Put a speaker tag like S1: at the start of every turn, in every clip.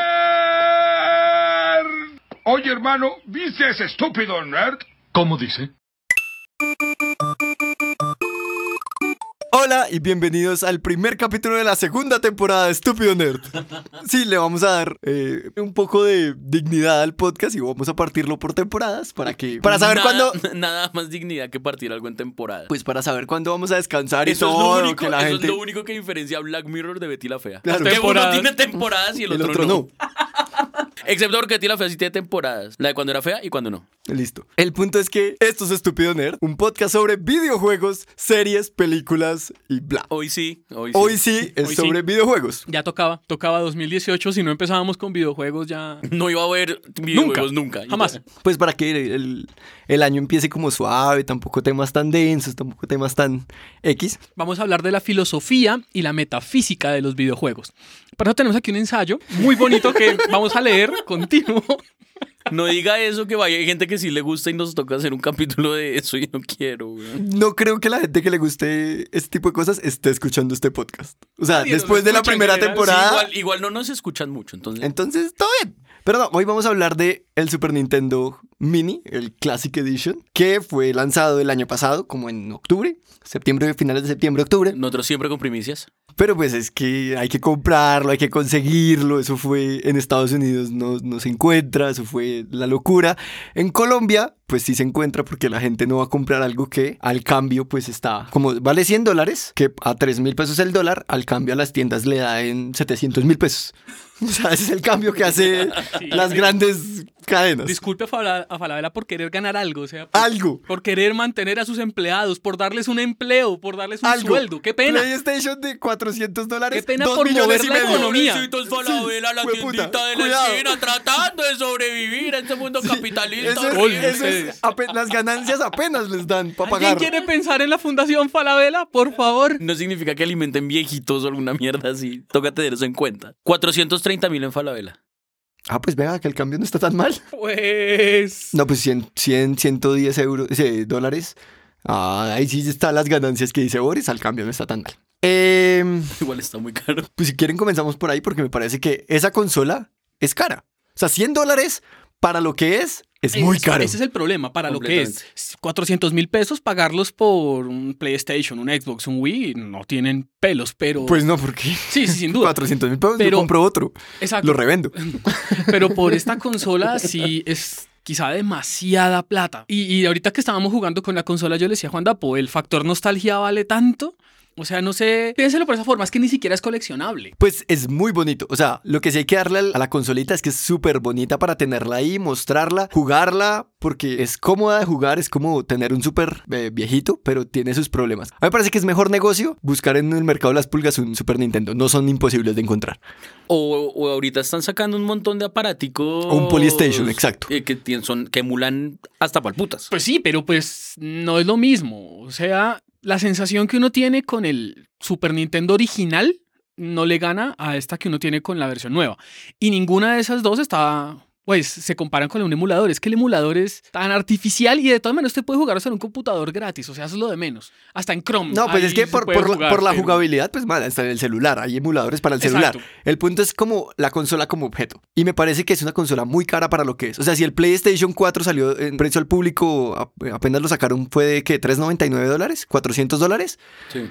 S1: Oye, hermano, ¿viste ese estúpido nerd?
S2: ¿Cómo dice?
S3: Hola y bienvenidos al primer capítulo de la segunda temporada de Estúpido Nerd. Sí, le vamos a dar eh, un poco de dignidad al podcast y vamos a partirlo por temporadas para que para saber
S4: Nada-
S3: cuándo
S4: Nada más dignidad que partir algo en temporada.
S3: pues para saber cuándo vamos a descansar y
S4: eso es,
S3: todo
S4: lo único,
S3: que la
S4: eso
S3: gente
S4: es lo único que diferencia a Black Mirror de Betty la Fea.
S3: Claro.
S4: que uno
S3: Temporadas.
S4: tiene temporadas y el,
S3: el otro no.
S4: Excepto porque Betty la Fea sí tiene temporadas. La de cuando era fea y cuando no.
S3: Listo. El punto es que esto es Estúpido Nerd, un podcast sobre videojuegos, series, películas y bla.
S4: Hoy sí, hoy sí.
S3: Hoy sí es
S2: Hoy sí.
S3: sobre videojuegos.
S2: Ya tocaba, tocaba 2018, si no empezábamos con videojuegos ya...
S4: No iba a haber videojuegos nunca.
S2: Jamás.
S3: Pues para que el, el- el año empiece como suave, tampoco temas tan densos, tampoco temas tan X.
S2: Vamos a hablar de la filosofía y la metafísica de los videojuegos. Para eso tenemos aquí un ensayo muy bonito que vamos a leer continuo.
S4: No diga eso que vaya. Hay gente que sí le gusta y nos toca hacer un capítulo de eso y no quiero, güey.
S3: No creo que la gente que le guste este tipo de cosas esté escuchando este podcast. O sea,
S2: Nadie nos
S3: después de la
S2: escucha en
S3: primera
S2: general, sí,
S3: temporada,
S4: Igual, igual no nos escuchan mucho, entonces.
S3: entonces todo bien. Pero no, hoy vamos a hablar de el Super Nintendo Mini, el Classic Edition, que fue lanzado el año pasado, como en octubre, septiembre, finales de septiembre, octubre.
S4: Nosotros siempre con primicias.
S3: Pero pues es que hay que comprarlo, hay que conseguirlo. Eso fue en Estados Unidos, no, no se encuentra, eso fue la locura. En Colombia, pues sí se encuentra porque la gente no va a comprar algo que al cambio pues está como vale 100 dólares, que a 3 mil pesos el dólar, al cambio a las tiendas le da en 700 mil pesos. O sea, ese es el cambio que hace las grandes cadenas.
S2: Disculpe a, Fala- a Falabella por querer ganar algo, o sea... por-
S3: Algo.
S2: Por querer mantener a sus empleados, por darles un empleo, por darles un
S3: Algo.
S2: sueldo. ¡Qué pena!
S3: PlayStation de 400 dólares.
S2: Qué pena
S3: dos
S2: por
S3: millones
S2: mover
S3: y
S2: la
S3: medio.
S2: economía.
S4: Pobrecitos Falabella, la
S3: Jueputa,
S4: tiendita de la
S3: cuidado.
S4: esquina, tratando de sobrevivir a este mundo capitalista.
S3: Eso es-
S4: horrible.
S3: eso es ape- las ganancias apenas les dan para
S2: ¿Quién
S3: pagar.
S2: quiere pensar en la Fundación Falabella? Por favor.
S4: No significa que alimenten viejitos o alguna mierda así. Toca tener eso en cuenta. 430 mil en Falabella.
S3: Ah, pues vea que el cambio no está tan mal.
S2: Pues...
S3: No, pues 100, 100 110 euros, eh, dólares. Ah, ahí sí están las ganancias que dice Boris, al cambio no está tan mal. Em,
S4: Igual está muy caro.
S3: pues si quieren comenzamos por ahí porque me parece que esa consola es cara. O sea, 100 dólares para lo que es, es muy
S2: Ese-
S3: caro.
S2: Ese es el problema para lo que es. 400 mil pesos pagarlos por un PlayStation, un Xbox, un Wii, no tienen pelos, pero...
S3: Pues no, porque
S2: sí, sí, sin duda.
S3: 400 mil pesos, yo
S2: Pero-
S3: compro otro,
S2: Exacto.
S3: lo revendo.
S2: pero por esta consola sí es quizá demasiada plata. Y, y ahorita que estábamos jugando con la consola, yo le decía a Juan Dapo, el factor nostalgia vale tanto. O sea, no sé, piénselo por esa forma, es que ni siquiera es coleccionable.
S3: Pues es muy bonito. O sea, lo que sí hay que darle al- a la consolita es que es súper bonita para tenerla ahí, mostrarla, jugarla, porque es cómoda de jugar, es como tener un súper eh, viejito, pero tiene sus problemas. A mí me parece que es mejor negocio buscar en el mercado de las pulgas un Super Nintendo. No son imposibles de encontrar.
S4: O, o ahorita están sacando un montón de aparaticos.
S3: O un Polystation, exacto.
S4: eh, que, tien- son, que emulan hasta palputas.
S2: Pues sí, pero pues no es lo mismo. O sea, la sensación que uno tiene con el Super Nintendo original no le gana a esta que uno tiene con la versión nueva. Y ninguna de esas dos está... Pues se comparan con un emulador. Es que el emulador es tan artificial y de todas maneras usted puede jugar hasta en un computador gratis. O sea, eso es lo de menos. Hasta en Chrome.
S3: No, pues
S2: ahí
S3: es que
S2: se
S3: por,
S2: puede
S3: por la-
S2: jugar,
S3: por la
S2: pero-
S3: jugabilidad, pues mal, está en el celular. Hay emuladores para el celular.
S2: Exacto.
S3: El punto es como la consola como objeto. Y me parece que es una consola muy cara para lo que es. O sea, si el PlayStation 4 salió en precio al público, a- apenas lo sacaron, fue de que 3,99 dólares, 400 dólares.
S4: Sí.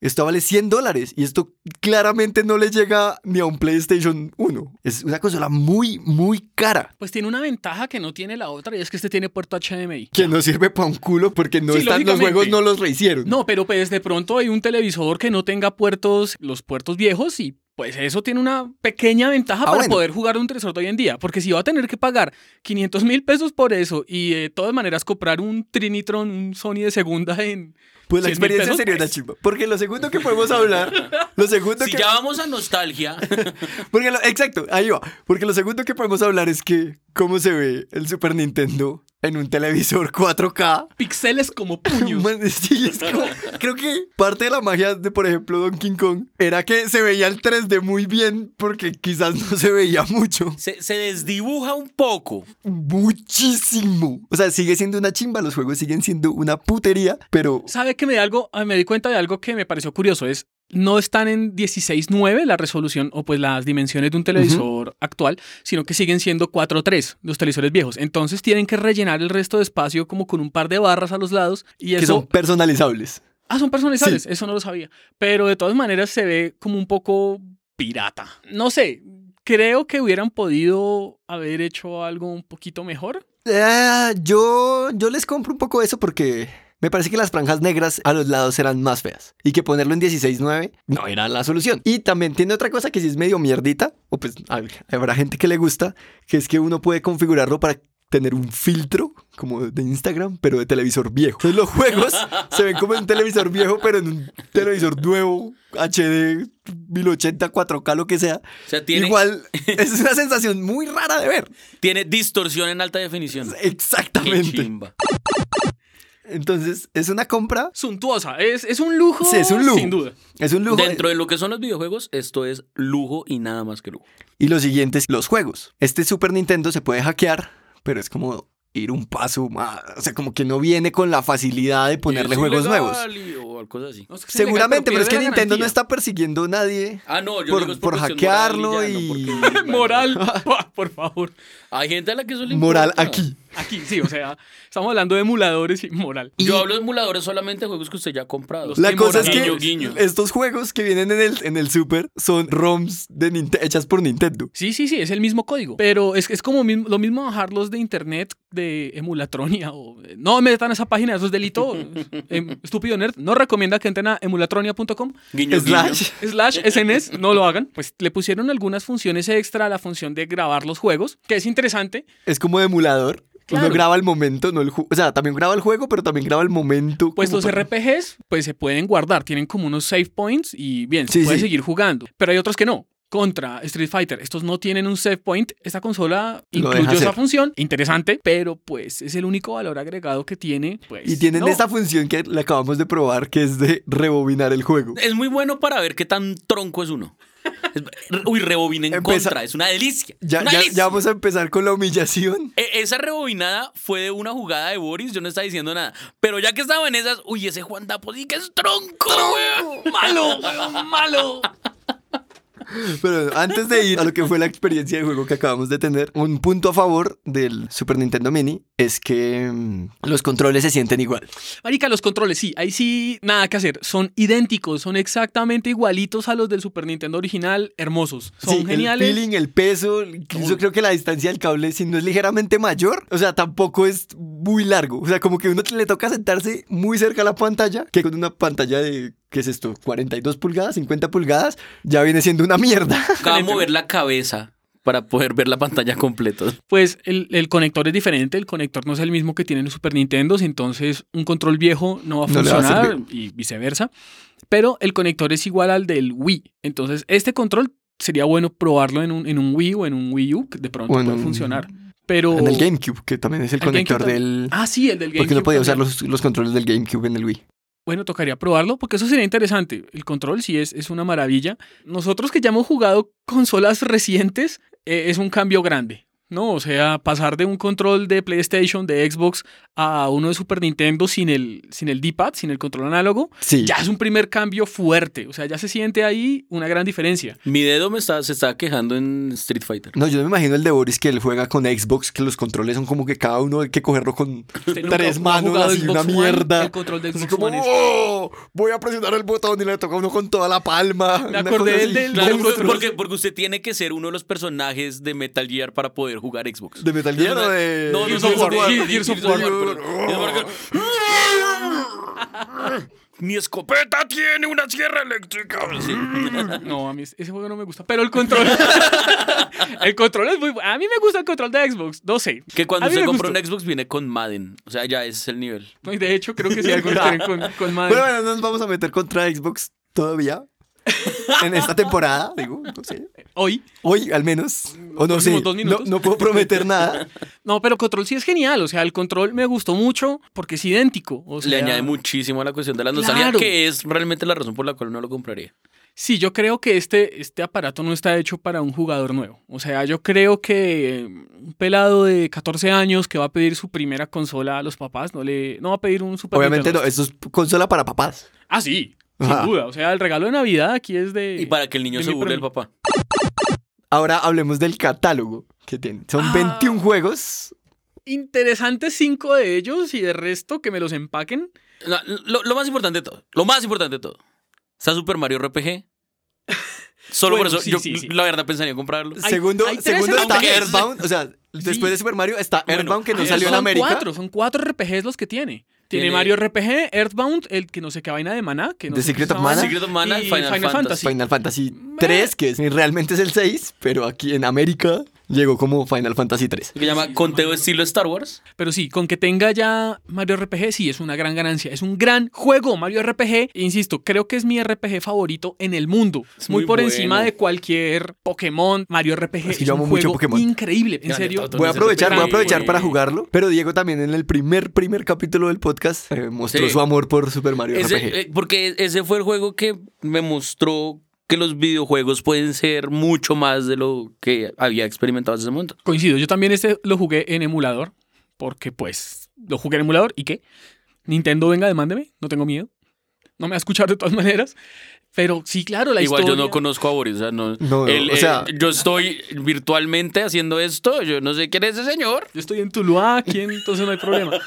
S3: Esto vale 100 dólares y esto claramente no le llega ni a un PlayStation 1. Es una consola muy, muy cara.
S2: Pues tiene una ventaja que no tiene la otra y es que este tiene puerto HDMI.
S3: Que no sirve para un culo porque no
S2: Sí,
S3: están, los
S2: lógicamente.
S3: juegos no los rehicieron.
S2: No, pero pues de pronto hay un televisor que no tenga puertos, los puertos viejos y pues eso tiene una pequeña ventaja
S3: Ah,
S2: para
S3: bueno.
S2: poder jugar un televisor de hoy en día. Porque si va a tener que pagar 500 mil pesos por eso y eh, de todas maneras comprar un Trinitron, un Sony de segunda en...
S3: Pues la
S2: 100 mil
S3: experiencia
S2: pesos,
S3: sería una
S2: pues,
S3: chimba. Porque lo segundo que podemos hablar, lo segundo
S4: Si
S3: que...
S4: ya vamos a nostalgia,
S3: Porque lo- exacto, ahí va. Porque lo segundo que podemos hablar es que cómo se ve el Super Nintendo en un televisor 4K.
S2: Pixeles como puños.
S3: Man, sí, es como- creo que parte de la magia de, por ejemplo, Donkey Kong era que se veía el 3D muy bien porque quizás no se veía mucho.
S4: se, se desdibuja un poco.
S3: Muchísimo. O sea, sigue siendo una chimba. Los juegos siguen siendo una putería, pero
S2: ¿Sabe que me di algo? ah, Me di cuenta de algo que me pareció curioso. Es no están en 16.9 la resolución o pues las dimensiones de un televisor actual, sino que siguen siendo 4.3 los televisores viejos. Entonces tienen que rellenar el resto de espacio como con un par de barras a los lados y
S3: que
S2: eso
S3: son personalizables.
S2: Ah, son personalizables, eso no lo sabía. Pero de todas maneras se ve como un poco pirata. No sé, creo que hubieran podido haber hecho algo un poquito mejor.
S3: Ah, yo, yo les compro un poco eso porque me parece que las franjas negras a los lados eran más feas y que ponerlo en 16.9 no era la solución. Y también tiene otra cosa que si es medio mierdita, o pues a ver, habrá gente que le gusta, que es que uno puede configurarlo para tener un filtro como de Instagram, pero de televisor viejo. Entonces los juegos se ven como en un televisor viejo, pero en un televisor nuevo, HD, 1080, 4K, lo que sea.
S4: O sea, tiene-
S3: Igual es una sensación muy rara de ver.
S4: Tiene distorsión en alta definición. Qué
S3: Exactamente.
S4: chimba.
S3: Entonces, es una compra.
S2: Suntuosa, es, es un lujo.
S3: Sí, es un lujo.
S2: Sin duda.
S3: Es un lujo.
S4: Dentro de lo que son los videojuegos, esto es lujo y nada más que lujo.
S3: Y lo siguiente es los juegos. Este Super Nintendo se puede hackear, pero es como ir un paso más. O sea, como que no viene con la facilidad de ponerle
S4: Es
S3: juegos
S4: ilegal
S3: nuevos.
S4: y- o cosas así.
S2: No, es que sea ilegal,
S3: Seguramente, pero es que
S2: pierde la
S3: Nintendo no
S2: garantía.
S3: está persiguiendo a nadie
S4: Ah, no, yo
S3: por,
S4: digo es
S3: por
S4: cuestión
S3: hackearlo
S4: moral
S3: y.
S4: ya, no porque-
S2: Moral, pa, por favor.
S4: Hay gente a la que eso le
S3: Moral
S4: importa.
S3: aquí.
S2: Aquí, sí, o sea, estamos hablando de emuladores y moral.
S4: Yo hablo de emuladores solamente de juegos que usted ya ha comprado.
S2: Los
S3: La
S2: Qué
S3: cosa es
S2: moral.
S3: que
S4: Guiño, guiño.
S3: estos juegos que vienen en el, en el Super son ROMs de Ninte- hechas por Nintendo.
S2: Sí, sí, sí, es el mismo código. Pero es, es como mismo- lo mismo bajarlos de internet, de emulatronia. O, eh, no metan esa página, eso es delito. Em, estúpido nerd. No recomienda que entren a emulatronia.com.
S4: Guiño,
S3: Slash.
S4: guiño.
S2: Slash SNS, no lo hagan. Pues le pusieron algunas funciones extra a la función de grabar los juegos, que es interesante.
S3: Es como de emulador.
S2: Claro.
S3: Uno graba el momento, no el ju- O sea, también graba el juego, pero también graba el momento.
S2: Pues
S3: como
S2: los
S3: para-
S2: RPGs pues se pueden guardar, tienen como unos save points y bien, se
S3: Sí,
S2: puede
S3: sí.
S2: seguir jugando. Pero hay otros que no. Contra Street Fighter, estos no tienen un save point. Esta consola
S3: Lo deja
S2: incluyó esa
S3: hacer.
S2: función, interesante, pero pues es el único valor agregado que tiene. Pues,
S3: Y tienen
S2: no.
S3: esta función que la acabamos de probar, que es de rebobinar el juego.
S2: Eh,
S4: Es muy bueno para ver qué tan tronco es uno. Es- Uy, rebobina en
S3: Empieza-
S4: contra. Es una delicia.
S3: Ya,
S4: Una
S3: ya-
S4: delicia.
S3: ya vamos a empezar con la humillación.
S4: E- Esa rebobinada fue de una jugada de Boris, yo no estaba diciendo nada. Pero ya que estaba en esas, uy, ese Juan Dapo sí que es tronco, weón.
S2: Malo, weón, malo.
S3: Pero antes de ir a lo que fue la experiencia de juego que acabamos de tener, un punto a favor del Super Nintendo Mini es que mm, los controles se sienten igual.
S2: Marica, los controles, sí, ahí sí, nada que hacer. Son idénticos, son exactamente igualitos a los del Super Nintendo original, hermosos. Son
S3: Sí,
S2: geniales.
S3: El feeling, el peso, incluso creo que la distancia del cable, si no es ligeramente mayor, o sea, tampoco es muy largo. O sea, como que uno le toca sentarse muy cerca a la pantalla, que con una pantalla de, ¿qué es esto? 42 pulgadas, 50 pulgadas, ya viene siendo una mierda.
S4: Acaba de mover la cabeza para poder ver la pantalla completa.
S2: Pues el, el conector es diferente, el conector no es el mismo que tienen los Super Nintendo, entonces un control viejo no va a
S3: No le va a
S2: funcionar
S3: servir.
S2: y viceversa. Pero el conector es igual al del Wii, entonces este control sería bueno probarlo en un, en un Wii o en un Wii U, que de pronto
S3: O en
S2: puede
S3: un-
S2: funcionar. Pero...
S3: En el GameCube, que también es el
S2: ¿El
S3: conector
S2: GameCube
S3: del...
S2: Ah, sí, el del GameCube.
S3: Porque no podía usar
S2: también.
S3: los, los controles del GameCube en el Wii.
S2: Bueno, tocaría probarlo porque eso sería interesante. El control sí es, es una maravilla. Nosotros que ya hemos jugado consolas recientes, eh, es un cambio grande. ¿no? O sea, pasar de un control de PlayStation, de Xbox, a uno de Super Nintendo sin el, sin el D-pad, sin el control análogo,
S3: Sí.
S2: ya es un primer cambio fuerte. O sea, ya se siente ahí una gran diferencia.
S4: Mi dedo me está, se está quejando en Street Fighter.
S3: No, yo me imagino el de Boris que él juega con Xbox, que los controles son como que cada uno hay que cogerlo con
S2: Usted nunca
S3: tres
S2: ha
S3: manos,
S2: jugado
S3: así
S2: Xbox
S3: una
S2: One,
S3: mierda.
S2: el control de
S3: Así
S2: Xbox
S3: como,
S2: One es-
S3: "Oh, voy a presionar el botón y le toca a uno con toda la palma.
S2: Me
S3: una cosa
S2: acordé
S3: así.
S2: del-
S4: Claro,
S2: Los
S4: porque-
S2: otros.
S4: porque, porque usted tiene que ser uno de los personajes de Metal Gear para poder jugar Xbox.
S3: ¿De Metal Gear o de-
S4: No,
S3: Gears
S4: no,
S3: of
S4: no, de-
S3: War?
S4: de- de-
S2: Gears of
S4: Gears of
S2: War.
S4: War, perdón. Mi escopeta tiene una sierra eléctrica. Mm. Sí.
S2: No, a mí ese juego no me gusta, pero el control. el control es muy bu- A mí me gusta el control de Xbox, no sé.
S4: Que cuando
S2: A mí
S4: se
S2: me
S4: compra un
S2: gustó.
S4: Xbox viene con Madden. O sea, ya ese es el nivel.
S2: No, y de hecho, creo que sí, algo tienen con, con Madden.
S3: Bueno, bueno, no nos vamos a meter contra Xbox todavía. en esta temporada, digo, no sé.
S2: Hoy.
S3: Hoy al menos. O no sé.
S2: Últimos dos
S3: No,
S2: minutos.
S3: no puedo prometer nada.
S2: No, pero control sí es genial. O sea, el control me gustó mucho porque es idéntico. O sea,
S4: Le añade muchísimo a la cuestión de la nostalgia,
S2: Claro.
S4: que es realmente la razón por la cual no lo compraría.
S2: Sí, yo creo que este, este aparato no está hecho para un jugador nuevo. O sea, yo creo que eh, un pelado de 14 años que va a pedir su primera consola a los papás no le no va a pedir un Super
S3: Obviamente no.
S2: Nintendo.
S3: Esto es consola para papás.
S2: Ah, sí,
S3: Ajá.
S2: sin duda. O sea, el regalo de Navidad aquí es de.
S4: Y para que el niño
S2: de
S4: se
S2: mi
S4: burle del
S2: permi-
S4: papá.
S3: Ahora hablemos del catálogo que tiene. Son 21 juegos.
S2: Interesantes cinco de ellos y de resto que me los empaquen.
S4: No, lo, lo más importante de todo. Lo más importante de todo. Está Super Mario RPG. Solo
S2: Bueno,
S4: por eso
S2: sí,
S4: yo
S2: sí, sí.
S4: la verdad pensaría en comprarlo.
S2: Hay-
S3: segundo
S2: hay tres
S3: segundo está
S2: RPGs.
S3: Airbound. O sea, después de Super Mario está
S4: Bueno,
S3: Airbound que no
S4: eso
S3: salió en
S2: Ah, son
S3: América.
S2: cuatro, son cuatro RPGs los que tiene. Tiene,
S4: Tiene-
S2: Mario RPG, Earthbound, el que no sé qué vaina de maná, que no
S3: The
S2: sé qué
S3: Secret of
S2: esa vaina,
S3: Mana.
S4: Secret of Mana
S2: y
S4: y Final Fantasy.
S3: Final Fantasy 3, que es- realmente es el 6, pero aquí en América llegó como Final Fantasy 3.
S4: que llama conteo estilo Star Wars.
S2: Pero sí, con que tenga ya Mario RPG, sí, es una gran ganancia. Es un gran juego Mario RPG. E Insisto, creo que es mi RPG favorito en el mundo.
S4: Es
S2: muy,
S4: muy
S2: por
S4: bueno.
S2: encima de cualquier Pokémon. Mario RPG
S3: Es
S2: es,
S3: que yo
S2: un
S3: amo mucho
S2: juego
S3: Pokémon.
S2: increíble. En
S4: Grande
S2: serio.
S4: Theft Auto.
S3: Voy a aprovechar, voy a aprovechar para
S4: Sí.
S3: jugarlo. Pero Diego también en el primer, primer capítulo del podcast eh, mostró
S4: Sí.
S3: su amor por Super Mario
S4: Ese-
S3: RPG.
S4: eh, porque ese fue el juego que me mostró que los videojuegos pueden ser mucho más de lo que había experimentado hasta ese momento.
S2: Coincido, yo también este lo jugué en emulador. Porque pues lo jugué en emulador y qué. Nintendo venga, demándeme. No tengo miedo. No me va a escuchar de todas maneras. Pero sí, claro, la
S4: Igual
S2: historia.
S4: yo no conozco a Boris, o sea, no.
S3: No,
S4: Él,
S3: o
S4: eh,
S3: sea-
S4: yo estoy virtualmente haciendo esto, yo no sé quién es ese señor.
S2: Yo estoy en Tuluá, aquí entonces no hay problema.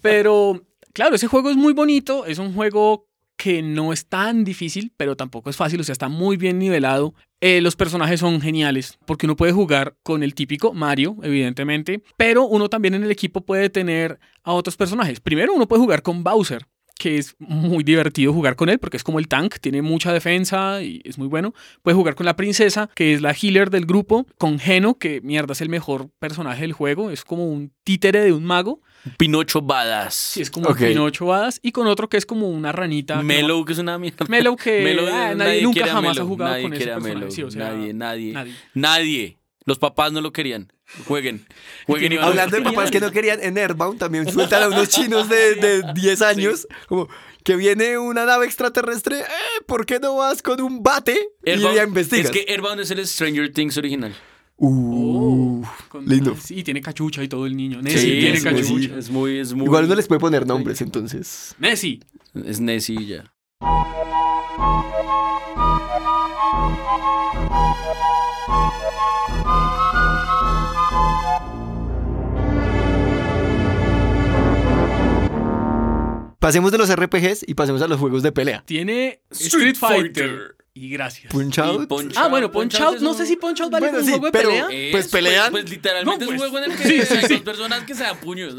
S2: Pero claro, ese juego es muy bonito, es un juego que no es tan difícil, pero tampoco es fácil, o sea, está muy bien nivelado. Eh, los personajes son geniales, porque uno puede jugar con el típico Mario, evidentemente, pero uno también en el equipo puede tener a otros personajes. Primero, uno puede jugar con Bowser, que es muy divertido jugar con él, porque es como el tank, tiene mucha defensa y es muy bueno. Puedes jugar con la princesa, que es la healer del grupo, con Geno, que mierda es el mejor personaje del juego, es como un títere de un mago,
S4: Pinocho Badass.
S2: sí, es como
S3: Ok.
S2: Pinocho Badas, y con otro que es como una ranita. que no-
S4: Melo, que es una mierda.
S2: Mellow que- ah,
S4: eh,
S2: nadie nunca
S4: quiere a
S2: jamás
S4: Mellow,
S2: ha jugado
S4: nadie
S2: con ese
S4: quiere a
S2: personaje,
S4: Mellow,
S2: sí, o sea,
S4: nadie, nadie, nadie.
S2: nadie.
S4: Los papás no lo querían. Jueguen. Jueguen y van a-
S3: Hablando de papás que no querían, en Airbound también sueltan a unos chinos de, de 10 años, como que viene una nave extraterrestre, eh, ¿por qué no vas con un bate
S4: Airbound-
S3: y ya investigas?
S4: Es que Airbound es el Stranger Things original.
S3: Uh,
S2: con-
S3: lindo.
S2: Sí, tiene cachucha y todo el niño.
S4: Sí,
S2: Nessie tiene
S4: es,
S2: cachucha.
S4: muy, es muy, es muy-
S3: Igual no les puede poner nombres, entonces.
S2: Nessie.
S4: Es Nessie y ya.
S3: Pasemos de los RPGs y pasemos a los juegos de pelea.
S2: Tiene
S4: Street
S2: Street
S4: Fighter.
S2: Fighter. Y gracias.
S3: Punch
S4: Y
S3: Out.
S4: Punch
S2: ah, bueno,
S4: Out,
S2: Punch Out.
S4: es
S2: No
S4: un-
S2: sé si Punch Out vale
S3: Bueno,
S2: como
S3: sí,
S2: un juego de
S3: pero-
S2: pelea.
S4: Es,
S3: Pues pelean.
S4: Pues, literalmente
S2: No,
S4: es un
S2: pues.
S4: juego en el que
S2: Sí, sí,
S4: hay
S2: sí.
S4: dos personas que se dan puños.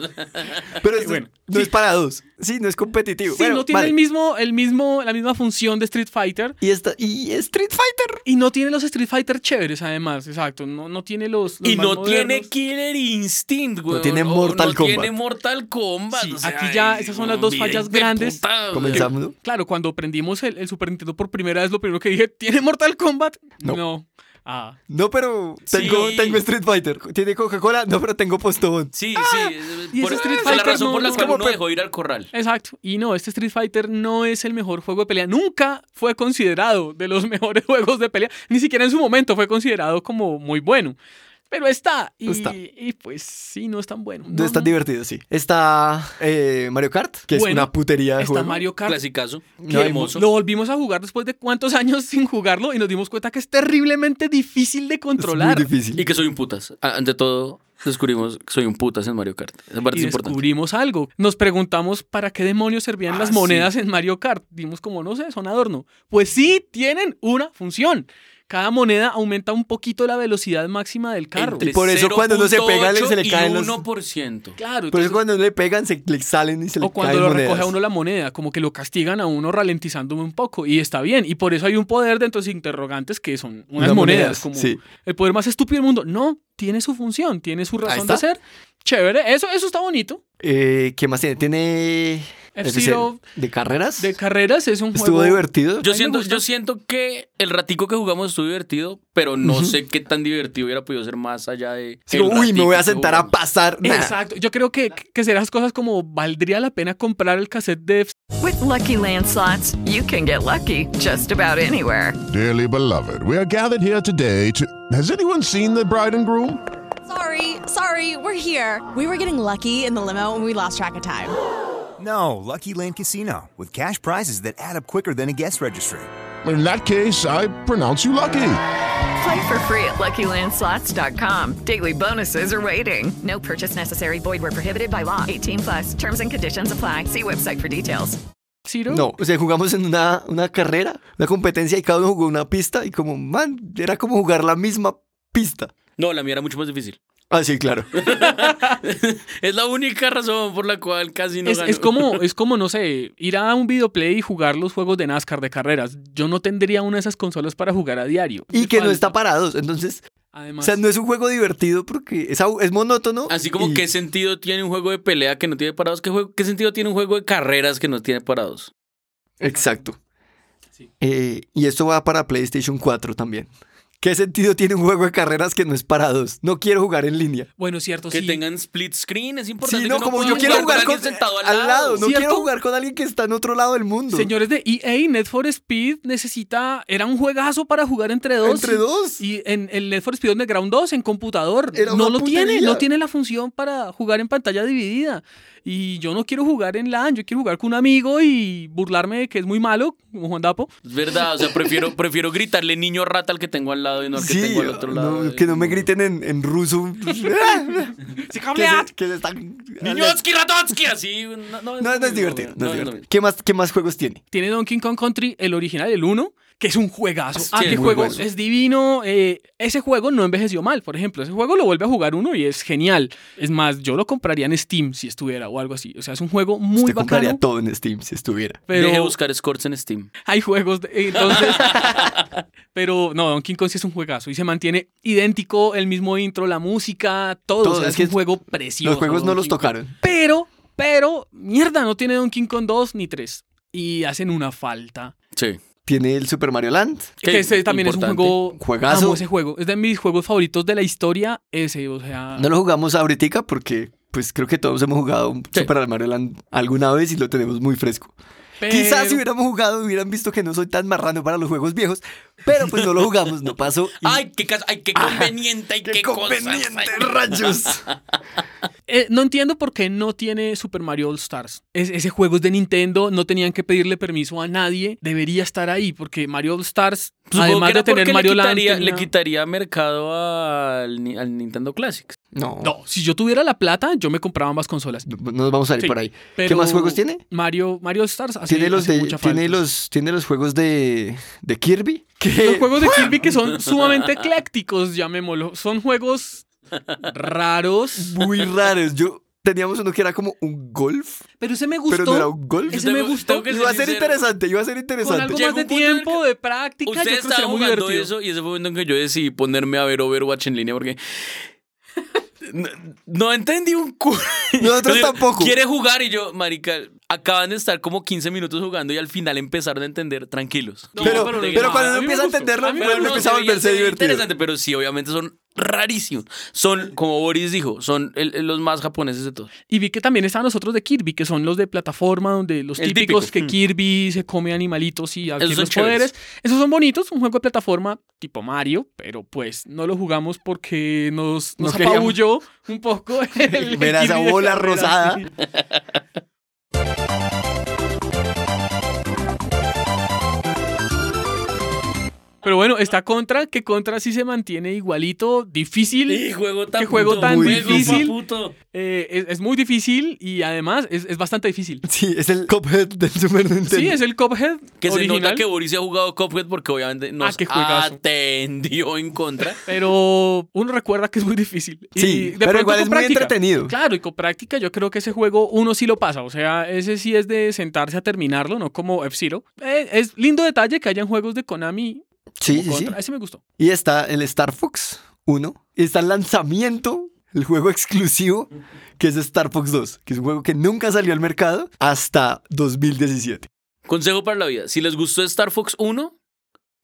S3: Pero esto
S2: bueno,
S3: no es para dos. Sí, no es competitivo.
S2: Sí,
S3: Bueno,
S2: no tiene
S3: vale.
S2: el mismo, el mismo, la misma función de Street Fighter.
S3: Y, esta, y Street Fighter.
S2: Y no tiene los Street Fighter chéveres, además, exacto. No, no tiene los. los
S4: y
S2: más
S4: no tiene
S2: modernos.
S4: Killer Instinct, güey.
S3: tiene Mortal
S4: no
S3: Kombat.
S4: tiene Mortal Kombat.
S2: Sí,
S4: o sea,
S2: aquí ya
S4: ay,
S2: esas son las dos
S4: miren
S2: fallas
S4: qué
S2: grandes.
S4: putas, güey.
S3: Comenzamos. ¿no?
S2: Claro, cuando prendimos el, el Super Nintendo por primera vez, lo primero que dije, ¿tiene Mortal Kombat?
S3: No.
S2: No. Ah.
S3: No, pero tengo,
S4: Sí.
S3: tengo Street Fighter. ¿Tiene Coca-Cola? No, pero tengo Postobón.
S4: Sí, sí.
S2: Ah, y
S4: por-
S2: ese Street
S4: esa es la
S2: Fighter
S4: razón
S2: no-
S4: por la
S2: es
S4: cual
S2: como eh,
S4: uno
S2: pe-
S4: dejó ir al corral.
S2: Exacto. Y no, este Street Fighter no es el mejor juego de pelea. Nunca fue considerado de los mejores juegos de pelea. Ni siquiera en su momento fue considerado como muy bueno. Pero está. Y,
S3: Está.
S2: y pues sí, no es tan bueno.
S3: No, está divertido, sí. Está eh, Mario Kart, que es
S2: Bueno,
S3: una putería de
S2: Está
S3: juego.
S2: Mario Kart.
S4: Clasicazo.
S3: No hay
S4: hermoso.
S2: Lo volvimos a jugar después de cuántos años sin jugarlo y nos dimos cuenta que es terriblemente difícil de
S3: es
S2: controlar.
S3: muy difícil.
S4: Y que soy un putas. A- Ante todo, descubrimos que soy un putas en Mario Kart. Esa parte
S2: y
S4: es importante.
S2: descubrimos algo. Nos preguntamos para qué demonios servían
S4: Ah,
S2: las monedas en Mario Kart. Dimos como, no sé, son adorno. Pues sí, tienen una función. Cada moneda aumenta un poquito la velocidad máxima del carro.
S4: Entre
S3: Y por eso cuando uno se pega, le- se le
S4: 0.8 y
S3: caen los-
S4: 1%.
S2: Claro,
S3: Por
S2: entonces-
S3: eso cuando le pegan, se le salen y se le
S2: o cuando
S3: caen
S2: lo
S3: monedas.
S2: recoge a uno la moneda, como que lo castigan a uno ralentizándome un poco. Y está bien. Y por eso hay un poder dentro de los interrogantes que son unas
S3: Unas
S2: monedas.
S3: monedas,
S2: como
S3: sí.
S2: el poder más estúpido del mundo. No, tiene su función, tiene su razón de
S3: está.
S2: ser. Chévere, eso, eso está bonito.
S3: Eh, ¿Qué más tiene? Tiene... F-Zero.
S2: F-Zero.
S3: ¿De carreras?
S2: De carreras es un
S3: Estuvo
S2: juego.
S3: divertido.
S4: Yo
S2: me
S4: siento,
S2: gusta.
S4: yo siento que el ratico que jugamos estuvo divertido, pero no sé qué tan divertido hubiera podido ser más allá de.
S3: Sí,
S4: el
S3: como, Uy, me voy a
S4: ratico que
S3: sentar a
S4: jugamos".
S3: pasar. Nah.
S2: Exacto. Yo creo que, que serán esas cosas como valdría la pena comprar el cassette de
S5: With Lucky Land slots, you can get lucky just about anywhere.
S6: Dearly beloved, we are gathered here today to. Has anyone seen the bride and groom?
S7: Sorry, sorry, we're here. We were getting lucky in the limo and we lost track of time.
S8: No, Lucky Land Casino, with cash prizes that add up quicker than a guest registry.
S6: In that case, I pronounce you lucky.
S5: Play for free at LuckyLandSlots.com. Daily bonuses are waiting. No purchase necessary. Void were prohibited by law. 18 plus. Terms and conditions apply. See website for details.
S2: Zero.
S3: No, o sea, jugamos en una, una carrera, una competencia y cada uno jugó una pista y como, man, era como jugar la misma pista.
S4: No, la mía era mucho más difícil.
S3: Ah, sí, claro.
S4: es la única razón por la cual casi no
S2: Es,
S4: ganó.
S2: es como, es como, no sé, ir a un videoplay y jugar los juegos de NASCAR de carreras. Yo no tendría una de esas consolas para jugar a diario.
S3: Y que no
S2: Falta.
S3: está parados, entonces,
S2: Además,
S3: o sea, no es un juego divertido porque es, au- es monótono.
S4: Así como,
S3: y-
S4: ¿qué sentido tiene un juego de pelea que no tiene parados? ¿Qué, juego- qué sentido tiene un juego de carreras que no tiene parados?
S3: Exacto. Eh, y esto va para PlayStation 4 también. ¿Qué sentido tiene un juego de carreras que no es parados? No quiero jugar en línea.
S2: bueno, cierto,
S4: Que
S2: sí.
S4: tengan split screen, es importante.
S3: Sí,
S4: que
S3: no,
S4: uno
S3: como
S4: pueda
S3: yo quiero jugar
S4: con
S3: con,
S4: alguien sentado al
S3: al lado, no
S2: ¿cierto?
S3: quiero jugar con alguien que está en otro lado del mundo.
S2: Señores de EA, Need for Speed necesita. Era un juegazo para jugar entre dos.
S3: Entre
S2: Y-
S3: dos.
S2: Y en el Need for Speed Underground 2 en computador.
S3: Era
S2: no
S3: una
S2: lo
S3: putería.
S2: tiene. No tiene la función para jugar en pantalla dividida. Y yo no quiero jugar en LAN. Yo quiero jugar con un amigo y burlarme de que es muy malo, como Juan Dapo.
S4: Es verdad, o sea, prefiero, prefiero gritarle niño rata al que tengo al lado y no al que
S3: Sí,
S4: tengo al otro
S3: no,
S4: lado.
S3: que no me griten en, en ruso. que
S2: ¡Se
S3: se- que se están-
S4: Niñotsky, Ratotsky, así. No,
S3: No, no es divertido. No es divertido. ¿Qué, más, ¿Qué más juegos tiene?
S2: Tiene Donkey Kong Country, el original, el 1, que es un juegazo.
S4: Sí,
S2: ah,
S4: es
S2: qué
S4: muy
S2: juego,
S4: bueno.
S2: es divino. eh, ese juego no envejeció mal, por ejemplo. Ese juego lo vuelve a jugar uno y es genial. Es más, yo lo compraría en Steam si estuviera o algo así. O sea, es un juego muy
S3: Usted compraría
S2: bacano.
S3: todo en Steam si estuviera.
S2: Pero
S4: Deje de buscar scores en Steam.
S2: hay juegos, de- entonces... pero no, Donkey Kong sí es un juegazo y se mantiene idéntico, el mismo intro, la música, todo.
S3: Todo,
S2: O sea,
S3: es
S2: es,
S3: que
S2: un juego precioso.
S3: Los juegos no los
S2: Donkey Kong.
S3: tocaron.
S2: Pero, pero, mierda, no tiene Donkey Kong 2 ni 3. Y hacen una falta.
S4: Sí.
S3: Tiene el Super Mario Land.
S2: Que ese también es un
S4: Importante.
S2: juego.
S3: Juegazo.
S2: Amo ese juego. Es de mis juegos favoritos de la historia. Ese, o sea.
S3: No lo jugamos ahorita porque pues creo que todos hemos jugado un
S4: Sí.
S3: Super Mario Land alguna vez y lo tenemos muy fresco.
S2: pero-
S3: Quizás si hubiéramos jugado hubieran visto que no soy tan marrano para los juegos viejos, pero pues no lo jugamos, no pasó. y-
S4: Ay, qué, cas- ay, qué conveniente, ay, qué,
S3: conveniente,
S4: cosas.
S3: rayos!
S2: Eh, no entiendo por qué no tiene Super Mario All Stars. Es- ese juego es de Nintendo. No tenían que pedirle permiso a nadie. Debería estar ahí porque Mario All Stars,
S4: Supongo
S2: además
S4: que
S2: de
S4: era porque
S2: tener Mario
S4: le
S2: Land.
S4: quitaría,
S2: tenía-
S4: le quitaría mercado al, ni- al Nintendo Classics.
S3: No, no,
S2: No, si yo tuviera la plata, yo me compraba más consolas.
S3: nos vamos a ir
S2: Sí,
S3: por ahí. ¿Qué
S2: pero
S3: más juegos tiene?
S2: Mario, Mario All Stars hace-
S3: tiene los
S2: hace
S3: de,
S2: mucha falta.
S3: tiene los tiene los juegos de, de Kirby que
S2: Los juegos de Kirby que son sumamente eclécticos, llamémoslo. Son juegos raros.
S3: muy raros. Yo teníamos uno que era como un golf,
S2: Pero ese me gustó.
S3: pero no era un golf.
S2: Ese me
S4: Tengo-
S2: gustó.
S4: tengo que
S3: Iba a ser
S4: sincero.
S3: interesante, iba a ser
S2: con
S3: interesante.
S2: algo
S4: Llegó
S2: más de
S4: un punto en el
S2: tiempo, de práctica, yo
S4: Ustedes
S2: creo que sería
S4: estaban
S2: muy
S4: jugando
S2: divertido.
S4: eso y ese fue el momento en que yo decidí ponerme a ver Overwatch en línea porque... No, no entendí un cu...
S3: Nosotros
S4: O sea,
S3: tampoco.
S4: Quiere jugar y yo, marica, acaban de estar como 15 minutos jugando y al final empezaron a entender, tranquilos.
S2: No,
S3: pero
S2: pero
S3: pero,
S2: lo
S3: cuando
S2: a
S3: uno
S2: mí me
S3: empieza a
S2: gustó.
S3: entenderlo,
S2: A mí me
S3: uno
S2: gustó,
S3: empieza a
S4: se veía-
S3: volverse
S4: se veía
S3: divertido.
S4: Interesante, pero sí, obviamente son rarísimos. Son, como Boris dijo, son el- el- los más japoneses de todos.
S2: Y vi que también están los otros de Kirby, que son los de plataforma, donde los
S4: El
S2: típicos
S4: típico.
S2: que
S4: Mm.
S2: Kirby se come animalitos y adquiere
S4: son
S2: los
S4: chéveres.
S2: poderes. Esos son bonitos, un juego de plataforma tipo Mario, pero pues no lo jugamos porque nos,
S4: No
S2: nos
S4: queríamos.
S2: apabulló un poco el
S3: Ver a esa
S2: Kirby de
S3: bola
S2: carreras,
S3: rosada.
S2: sí. Pero bueno, está Contra, que Contra sí se mantiene igualito, difícil.
S4: Y juego tan
S2: Qué juego
S4: puto,
S2: tan
S4: juego,
S2: difícil.
S4: pa' puto.
S2: Eh, es, es muy difícil y además es, es bastante difícil.
S3: Sí, es el Cuphead del Super Nintendo.
S2: Sí, es el Cuphead
S4: Que
S2: original.
S4: se nota que Boris se ha jugado Cuphead porque obviamente nos
S2: qué juegazo.
S4: atendió en contra.
S2: Pero uno recuerda que es muy difícil. Y
S3: Sí,
S2: de
S3: pero
S2: pronto
S3: igual
S2: con
S3: es muy entretenido.
S2: Claro, y con práctica yo creo que ese juego uno sí lo pasa. O sea, ese sí es de sentarse a terminarlo, no como F-Zero. Eh, es lindo detalle que hayan juegos de Konami.
S3: Sí,
S2: como
S3: sí, sí.
S2: Contra. Ese me gustó.
S3: Y está el Star Fox 1. Y está el lanzamiento, el juego exclusivo, que es Star Fox 2, que es un juego que nunca salió al mercado hasta 2017.
S4: Consejo para la vida. Si les gustó Star Fox 1,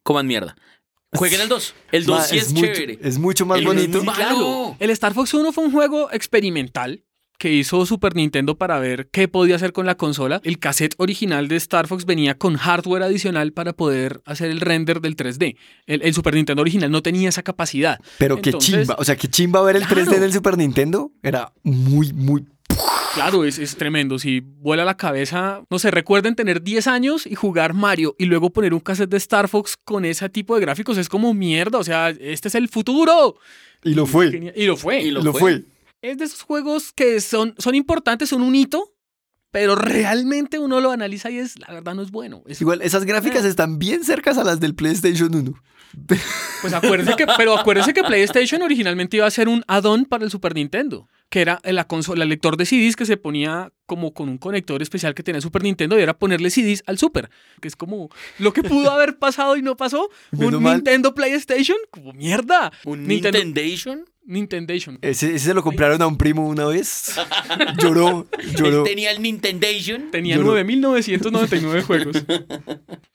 S4: coman mierda. Jueguen el 2. El 2
S3: Ma,
S4: sí es,
S3: mucho,
S4: chévere.
S3: Es mucho más
S4: El uno es
S3: bonito.
S4: muy malo.
S2: El Star Fox 1 fue un juego experimental que hizo Super Nintendo para ver qué podía hacer con la consola. El cassette original de Star Fox venía con hardware adicional para poder hacer el render del 3D. El, el Super Nintendo original no tenía esa capacidad.
S3: Pero qué
S2: Entonces,
S3: chimba. O sea, qué chimba ver el 3D en
S2: Claro.
S3: el Super Nintendo. Era muy, muy.
S2: Claro, es, es tremendo. Si vuela la cabeza, no sé, recuerden tener 10 años y jugar Mario y luego poner un cassette de Star Fox con ese tipo de gráficos. Es como mierda. O sea, este es el futuro.
S3: Y lo fue.
S2: Genial. Y lo fue.
S4: Y lo,
S3: Lo
S4: fue.
S3: fue.
S2: Es de esos juegos que son, son importantes, son un hito, pero realmente uno lo analiza y es, la verdad, no es bueno. Es-
S3: Igual, esas
S2: Eh.
S3: gráficas están bien cercas a las del PlayStation 1.
S2: Pues acuérdense que, pero acuérdense que PlayStation originalmente iba a ser un add-on para el Super Nintendo, que era la consola, el lector de CDs que se ponía como con un conector especial que tenía el Super Nintendo y era ponerle CDs al Super, que es como lo que pudo haber pasado y no pasó.
S3: Menos
S2: un
S3: mal.
S2: Nintendo PlayStation, como mierda.
S4: Un
S2: Nintendo-
S4: Nintendation.
S2: Nintendation.
S3: Ese, ese se lo compraron a un primo una vez. Lloró,
S4: Él
S3: lloró.
S4: tenía el Nintendation.
S2: Tenía
S3: Yo no-
S2: 9.999 juegos.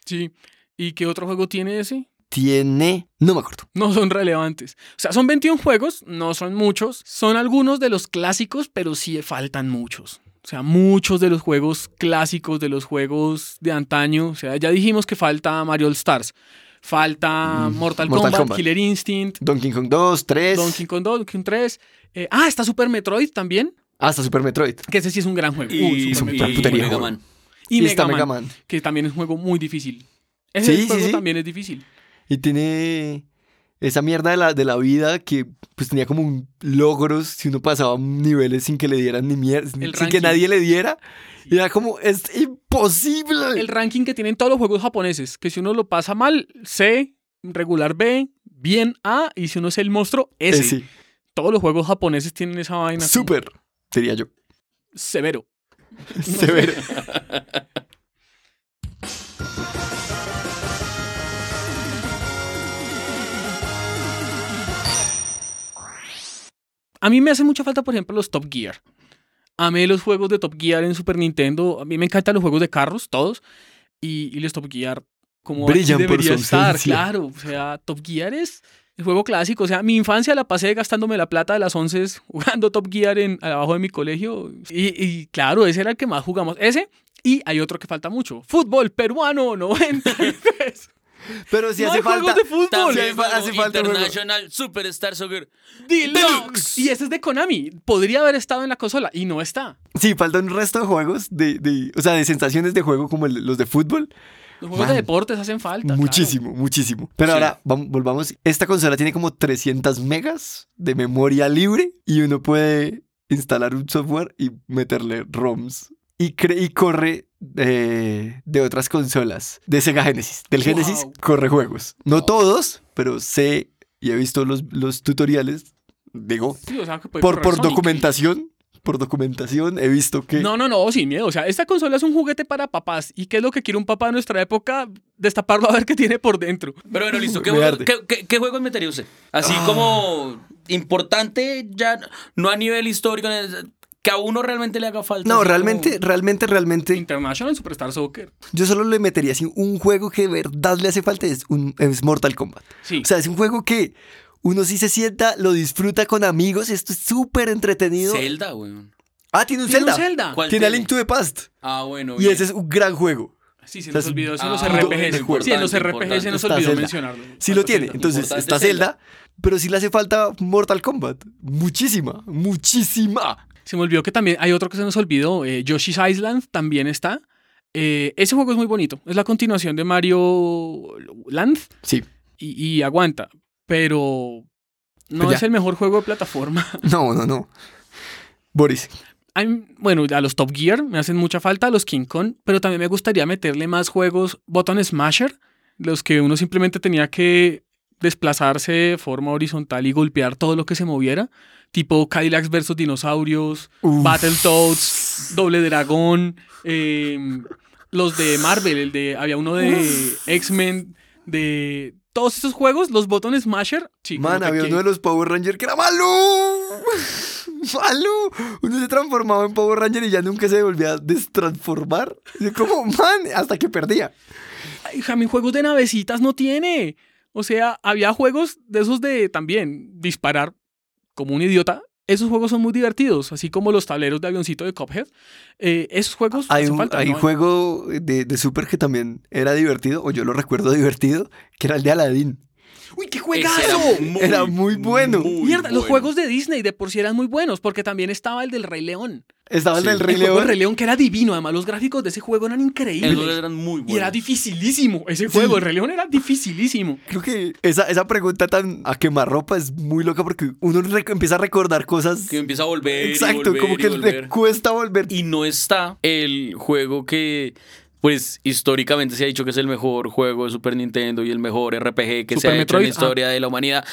S2: Sí. ¿Y qué otro juego tiene ese?
S3: Tiene. No me acuerdo.
S2: no son relevantes. O sea, son 21 juegos, no son muchos, son algunos de los clásicos, pero sí faltan muchos. O sea, muchos de los juegos clásicos, de los juegos de antaño. O sea, ya dijimos que falta Mario All Stars, falta
S3: Mortal
S2: Mortal, Kombat,
S3: Kombat.
S2: Killer Instinct,
S3: Donkey Kong 2, 3.
S2: Donkey Kong 2, Donkey Kong 3. eh, ah, está Super Metroid también,
S3: Hasta Super Metroid.
S2: que ese sí es un gran juego.
S4: Y,
S2: Uy, Super
S4: y-
S2: Metroid.
S3: una putería,
S4: Mega
S3: güey.
S4: Man.
S2: Y,
S3: Y
S2: Mega,
S3: está
S2: Man,
S3: Mega Man.
S2: que también es un juego muy difícil. Ese
S3: Sí, sí,
S2: juego
S3: sí.
S2: también es difícil.
S3: Y tiene esa mierda de la, de la vida que pues tenía como un logros si uno pasaba niveles sin que le dieran ni mierda, sin
S2: El
S3: que
S2: ranking.
S3: nadie le diera. Y era como, es imposible.
S2: el ranking que tienen todos los juegos japoneses, que si uno lo pasa mal, C, regular B, bien A, y si uno es el monstruo, S.
S3: Ese.
S2: Todos los juegos japoneses tienen esa vaina como
S3: Eh, Súper, diría yo.
S2: severo.
S3: Severo.
S2: A mí me hace mucha falta, por ejemplo, los Top Gear. Amé los juegos de Top Gear en Super Nintendo. A mí me encantan los juegos de carros, todos. Y, y los Top Gear, como aquí
S3: Brillan por
S2: debería
S3: su
S2: estar,
S3: ausencia.
S2: claro. O sea, Top Gear es el juego clásico. O sea, mi infancia la pasé gastándome la plata de las 11 jugando Top Gear en, abajo de mi colegio. Y, y claro, ese era el que más jugamos. Ese. Y hay otro que falta mucho. Fútbol peruano 93.
S3: Pero si
S2: no
S3: hace
S2: hay
S3: falta...
S2: juegos de fútbol.
S3: Sí,
S4: También
S3: hace fa- hace
S4: jugó
S3: falta el juego.
S4: International Superstar Soccer.
S2: Deluxe. Y ese es de Konami. Podría haber estado en la consola y no está.
S3: Sí, falta un resto de juegos, de, de- o sea, de sensaciones de juego como el- los de fútbol.
S2: Los juegos
S3: Man.
S2: de deportes hacen falta. claro.
S3: Muchísimo, muchísimo. Pero ahora vam- volvamos. Esta consola tiene como 300 megas de memoria libre y uno puede instalar un software y meterle ROMs. Y, cre- y corre eh, de otras consolas, de Sega Genesis. Del
S2: Wow.
S3: Genesis corre juegos. No todos, pero sé y he visto los, los tutoriales. Digo,
S2: Sí, o sea, que pues, puede
S3: por,
S2: correr
S3: por
S2: Sonic.
S3: documentación, por documentación he visto que...
S2: No, no, no, sin miedo. O sea, esta consola es un juguete para papás. ¿Y qué es lo que quiere un papá de nuestra época? Destaparlo a ver qué tiene por dentro.
S4: Pero bueno, listo. ¿Qué,
S3: Me
S4: juego,
S3: arde.
S4: qué- qué- qué juegos metería usted? Así
S3: Ah.
S4: como importante, ya no a nivel histórico, eh, que a uno realmente le haga falta.
S3: No,
S4: así
S3: realmente,
S4: como-
S3: realmente, realmente
S2: International Superstar Soccer.
S3: Yo solo le metería así un juego que de verdad le hace falta es, un, es Mortal Kombat.
S2: Sí.
S3: O sea, es un juego que Uno sí se sienta, lo disfruta con amigos. Esto es súper entretenido.
S4: Zelda, weón.
S3: Ah, tiene un
S4: Tiene un
S3: Zelda.
S4: Zelda. ¿Cuál
S3: Tiene a
S4: tiene?
S3: Link to the Past.
S4: Ah, bueno.
S3: Y
S4: bien.
S3: ese es un gran juego.
S2: Sí, se
S3: O sea,
S2: nos
S3: es
S2: olvidó eso en
S4: un-
S2: los
S4: Ah, importante,
S2: RPGs. Sí, en los
S4: importante.
S2: RPGs se nos
S3: Está
S2: olvidó
S3: Zelda.
S2: mencionarlo.
S3: Sí lo tiene. Entonces,
S4: Importante
S3: está
S4: Zelda.
S3: Zelda, pero sí le hace falta Mortal Kombat. Muchísima, muchísima.
S2: Se me olvidó que también hay otro que se nos olvidó. eh, Yoshi's Island también está. Eh, ese juego es muy bonito. Es la continuación de Mario Land.
S3: Sí.
S2: Y, y aguanta. Pero no
S3: Pues ya.
S2: es el mejor juego de plataforma.
S3: No, no, no. Boris.
S2: A mí, bueno, a los Top Gear me hacen mucha falta, a los King Kong, pero también me gustaría meterle más juegos Button Smasher, los que uno simplemente tenía que desplazarse de forma horizontal y golpear todo lo que se moviera, tipo Cadillacs versus dinosaurios, Battletoads, Doble Dragón, eh, los de Marvel, el de había uno de X-Men, de todos esos juegos, los Button Smasher, sí, como
S3: Man,
S2: que
S3: había
S2: aquí-
S3: uno de los Power Rangers que era malo. Malo. Uno se transformaba en Power Ranger y ya nunca se volvía a destransformar. Y como, man, hasta que perdía.
S2: Ay, Jamín, juegos de navecitas no tiene. O sea, había juegos de esos de también disparar como un idiota. Esos juegos son muy divertidos, así como los tableros de avioncito de Cuphead. Eh, esos juegos
S3: Hay
S2: hacen
S3: un,
S2: falta,
S3: hay
S2: ¿no?
S3: juego de, de Super que también era divertido, o yo lo recuerdo divertido, que era el de Aladdin.
S2: ¡Uy, qué
S4: Ese
S2: juegazo!
S4: era muy-
S3: era muy bueno.
S4: muy
S2: Mierda, los
S4: bueno.
S2: juegos de Disney de por sí eran muy buenos, porque también estaba el del Rey León.
S3: Estaba el del Rey
S2: el juego del
S3: León.
S2: Rey León, que era divino. Además, los gráficos de ese juego eran increíbles.
S4: Esos eran muy buenos.
S2: Y era dificilísimo ese juego. El Rey León era dificilísimo.
S3: Creo que esa, esa pregunta tan a quemarropa es muy loca porque uno rec- empieza a recordar cosas.
S4: Que empieza a volver. y
S3: Exacto,
S4: volver
S3: como
S4: y
S3: que
S4: volver.
S3: le cuesta volver.
S4: Y no está el juego que, pues, históricamente se ha dicho que es el mejor juego de Super Nintendo y el mejor RPG que se
S2: Super
S4: ha hecho
S3: ah.
S4: en
S2: Metroid,
S4: la historia de la humanidad,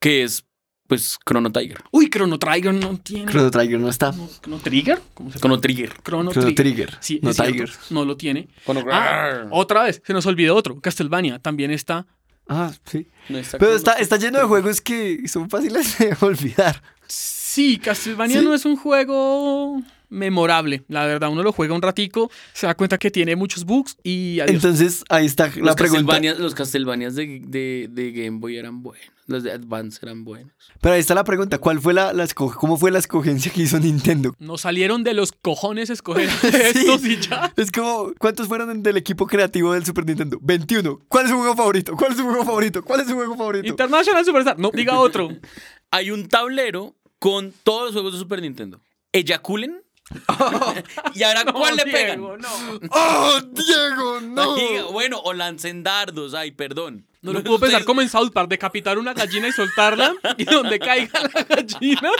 S4: que es, pues, Chrono Tiger.
S2: Uy, Chrono Trigger no tiene.
S3: Chrono Trigger no está.
S2: ¿Chrono Trigger? ¿Cómo se llama?
S4: Chrono Trigger.
S2: Chrono,
S3: Chrono
S2: Trigger.
S3: Trigger,
S2: Sí,
S3: no
S2: es cierto,
S3: Tiger.
S2: no lo tiene.
S4: Chrono
S2: Ah,
S3: Oh.
S2: otra vez, se nos olvidó otro. Castlevania también está.
S3: Ah, sí.
S4: No está
S3: Pero
S4: Chrono
S3: está,
S4: Trigger.
S3: está lleno de juegos que son fáciles de olvidar.
S2: Sí, Castlevania no es un juego memorable. La verdad, uno lo juega un ratico, se da cuenta que tiene muchos bugs y adiós.
S3: Entonces, ahí está la
S4: Los
S3: pregunta.
S4: Castlevanias, los Castlevanias de, de- de Game Boy eran buenos. Los de Advance eran buenos.
S3: Pero ahí está la pregunta. ¿Cuál fue la, la esco- ¿Cómo fue la escogencia que hizo Nintendo?
S2: Nos salieron de los cojones escoger estos y ya.
S3: Es como, ¿cuántos fueron del equipo creativo del Super Nintendo? 21. ¿Cuál es su juego favorito? ¿Cuál es su juego favorito? ¿Cuál es su juego favorito?
S2: International Superstar. No, diga otro.
S4: Hay un tablero con todos los juegos de Super Nintendo. Eyaculen. y ahora, ¿cuál le pegan?
S2: Diego, no.
S3: ¡Oh, Diego, no!
S4: Diga, bueno, o lancen dardos. Ay, perdón.
S2: No lo puedo
S4: Ustedes-
S2: pensar como en South Park, decapitar una gallina y soltarla y donde caiga la gallina.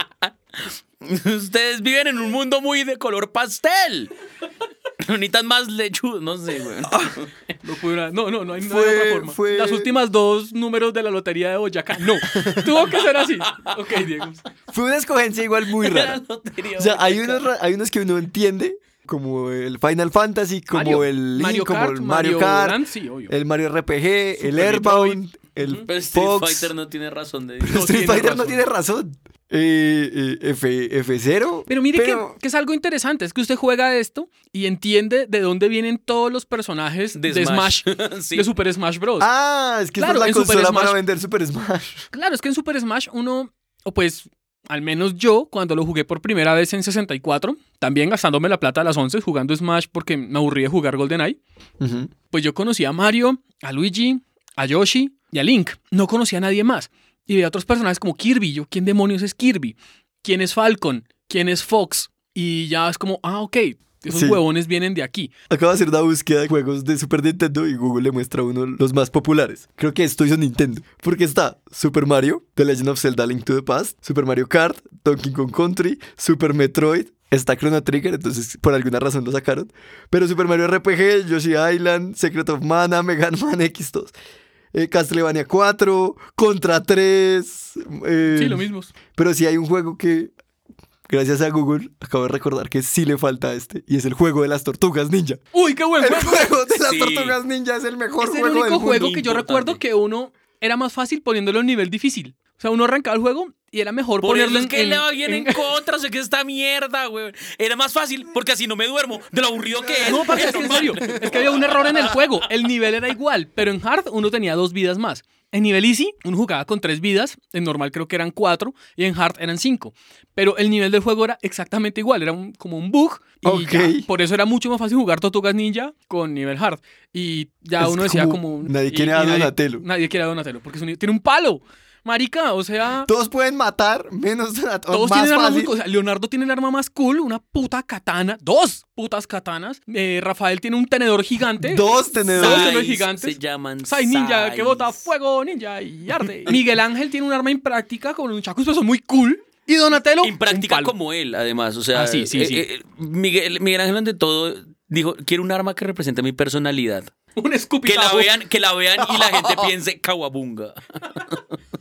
S4: Ustedes viven en un mundo muy de color pastel. Necesitan más lechuga. No sé, güey.
S2: Locura. No, no, no hay, no hay
S3: Fue-
S2: otra forma.
S3: fue-
S2: Las últimas dos números de la lotería de Boyacá. No, tuvo que ser así. Ok, Diego.
S3: Fue una escogencia igual muy
S4: Era
S3: rara.
S4: lotería,
S3: O sea, hay
S4: marica.
S3: unos, ra- hay unos que uno entiende, como el Final Fantasy, como
S2: Mario.
S3: el Link,
S2: Mario
S3: como
S2: Kart,
S3: el Mario
S2: Mario
S3: Kart, Eh,
S2: Land, sí, obvio.
S3: el Mario RPG, el
S2: Metroid.
S3: Airbound, el
S4: Pero Street
S3: Fox.
S4: Fighter no tiene razón de
S3: Pero
S2: no
S3: Street
S2: tiene
S3: Fighter no
S2: razón.
S3: tiene razón. Eh, eh, F, F0.
S2: Pero mire que-
S3: pero-
S2: Que, es algo interesante, es que usted juega esto y entiende de dónde vienen todos los personajes de,
S4: De
S2: Smash,
S4: Smash. Sí.
S2: de Super Smash Bros.
S3: Ah, es que esta
S2: Claro,
S3: es la
S2: en Super
S3: consola para
S2: Smash-
S3: vender Super Smash.
S2: Claro, es que en Super Smash uno, o pues al menos yo, cuando lo jugué por primera vez en 64, también gastándome la plata a las 11 jugando Smash porque me aburrí de jugar GoldenEye,
S3: Ujú.
S2: pues yo conocía a Mario, a Luigi, a Yoshi y a Link. No conocía a nadie más. Y veía otros personajes como Kirby. Yo, ¿quién demonios es Kirby? ¿Quién es Falcon? ¿Quién es Fox? Y ya es como, ah, ok, esos
S3: Sí.
S2: huevones vienen de aquí.
S3: Acabo de hacer una búsqueda de juegos de Super Nintendo y Google le muestra uno de los más populares. Creo que esto hizo Nintendo. Porque está Super Mario, The Legend of Zelda Link to the Past, Super Mario Kart, Donkey Kong Country, Super Metroid, está Chrono Trigger, entonces por alguna razón lo sacaron. Pero Super Mario RPG, Yoshi Island, Secret of Mana, Mega Man X2, eh, Castlevania 4, Contra 3. eh,
S2: Sí, lo mismo.
S3: Pero sí hay un juego que, gracias a Google, acabo de recordar que sí le falta a este. Y es el juego de las tortugas ninja.
S2: ¡Uy, qué buen
S3: El
S2: juego!
S3: juego de las
S4: Sí.
S3: tortugas ninja es el mejor
S2: Es el
S3: juego del
S2: único
S3: mundo.
S2: juego que yo
S4: Importante.
S2: recuerdo que uno era más fácil poniéndolo en nivel difícil. O sea, uno arrancaba el juego y era mejor
S4: Por eso
S2: ponerlo
S4: es
S2: en-
S4: que
S2: en-
S4: le va bien en
S2: en-
S4: contra, sé que esta mierda, güey. Era más fácil, porque así no me duermo, de lo aburrido que es.
S2: No, parce, es que en serio, es que había un error en el juego. El nivel era igual, pero en hard uno tenía dos vidas más. En nivel easy, uno jugaba con tres vidas, en normal creo que eran cuatro y en hard eran cinco. Pero el nivel del juego era exactamente igual, era un- como un bug. Y
S3: Ok.
S2: ya. por eso era mucho más fácil jugar Tortugas Ninja con nivel hard. Y ya
S3: Es
S2: uno decía
S3: como,
S2: como...
S3: nadie
S2: y-
S3: quiere
S2: y
S3: a
S2: nadie-
S3: Donatello.
S2: Nadie quiere a Donatello, porque es un- tiene un palo. Marica, o sea...
S3: Todos pueden matar, menos Donatello.
S2: Todos
S3: más
S2: tienen armas muy
S3: fácil.
S2: co- o sea, Leonardo tiene el arma más cool, una puta katana, dos putas katanas. Eh, Rafael tiene un tenedor gigante.
S3: Dos tenedores.
S2: Dos tenedores
S3: Sais
S2: gigantes.
S4: Se llaman
S2: Sai ninja
S4: Sai.
S2: que bota fuego ninja y arde. Miguel Ángel tiene un arma impráctica con un chacuz, pero son muy cool. Y Donatello.
S4: Impráctica como él, además. O sea,
S2: Ah, sí, sí,
S4: eh,
S2: sí.
S4: eh, Miguel, Miguel Ángel, ante todo, dijo: Quiero un arma que represente mi personalidad.
S2: Un
S4: Que la
S2: escupitajo.
S4: vean, que la vean y la gente piense Kawabunga.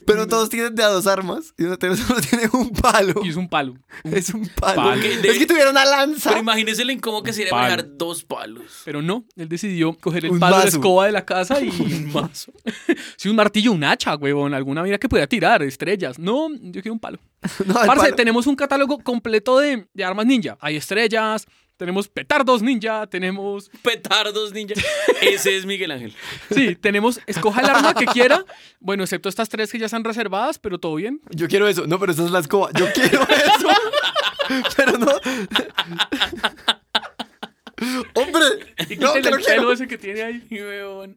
S3: Pero todos tienen de a dos armas y Donatello solo tiene un palo.
S2: Y es un palo.
S3: es un palo.
S2: palo.
S4: Que
S3: Es
S4: de-
S3: que tuvieron una lanza.
S4: Pero imagínese lo incómodo que sería
S2: Palo.
S4: manejar dos palos.
S2: Pero no, él decidió coger el
S4: Un
S2: palo de la
S4: mazo.
S2: escoba de la casa y. un mazo. sí, un martillo, un hacha, huevón. Alguna mira que pudiera tirar, estrellas. No, yo quiero un palo.
S3: No, el
S2: Parce,
S3: palo.
S2: tenemos un catálogo completo de, de armas ninja. Hay estrellas, tenemos petardos ninja, tenemos.
S4: Petardos, ninja. Ese es Miguel Ángel.
S2: Sí, tenemos. Escoja el arma que quiera. Bueno, excepto estas tres que ya están reservadas, pero todo bien.
S3: Yo quiero eso. No, pero esa es la escoba. Yo quiero eso. pero no. Hombre,
S2: Y
S3: no, que no
S2: quítele el pelo
S3: quiero.
S2: ese que tiene ahí, huevón.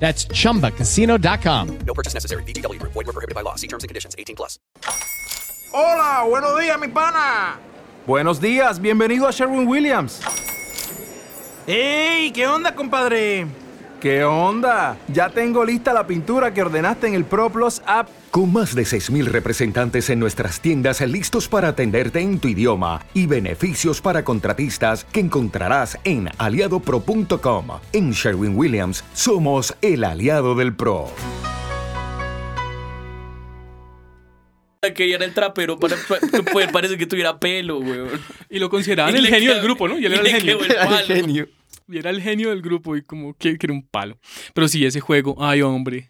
S9: That's chumbacasino.com.
S10: No purchase necessary. VGW Group. Void were prohibited by law. See terms and conditions. 18 plus.
S11: Hola, buenos días, mi pana. Buenos días, bienvenido a Sherwin Williams. ¡Ey! ¿Qué onda, compadre? ¿Qué onda? Ya tengo lista la pintura que ordenaste en el ProPlus app.
S12: Con más de 6.000 representantes en nuestras tiendas listos para atenderte en tu idioma y beneficios para contratistas que encontrarás en aliadopro.com. En Sherwin Williams somos el aliado del PRO.
S4: Que ella era el trapero para, para- que puede- parece que tuviera pelo, weón.
S2: Y lo consideraban el
S4: le
S2: genio
S4: quedó-
S2: del grupo, ¿no? Y él
S4: y
S2: era el
S4: le
S2: genio.
S4: quedó el Era el palo. genio.
S2: Y era el genio del grupo y como que que era un palo. Pero sí, ese juego, ay hombre.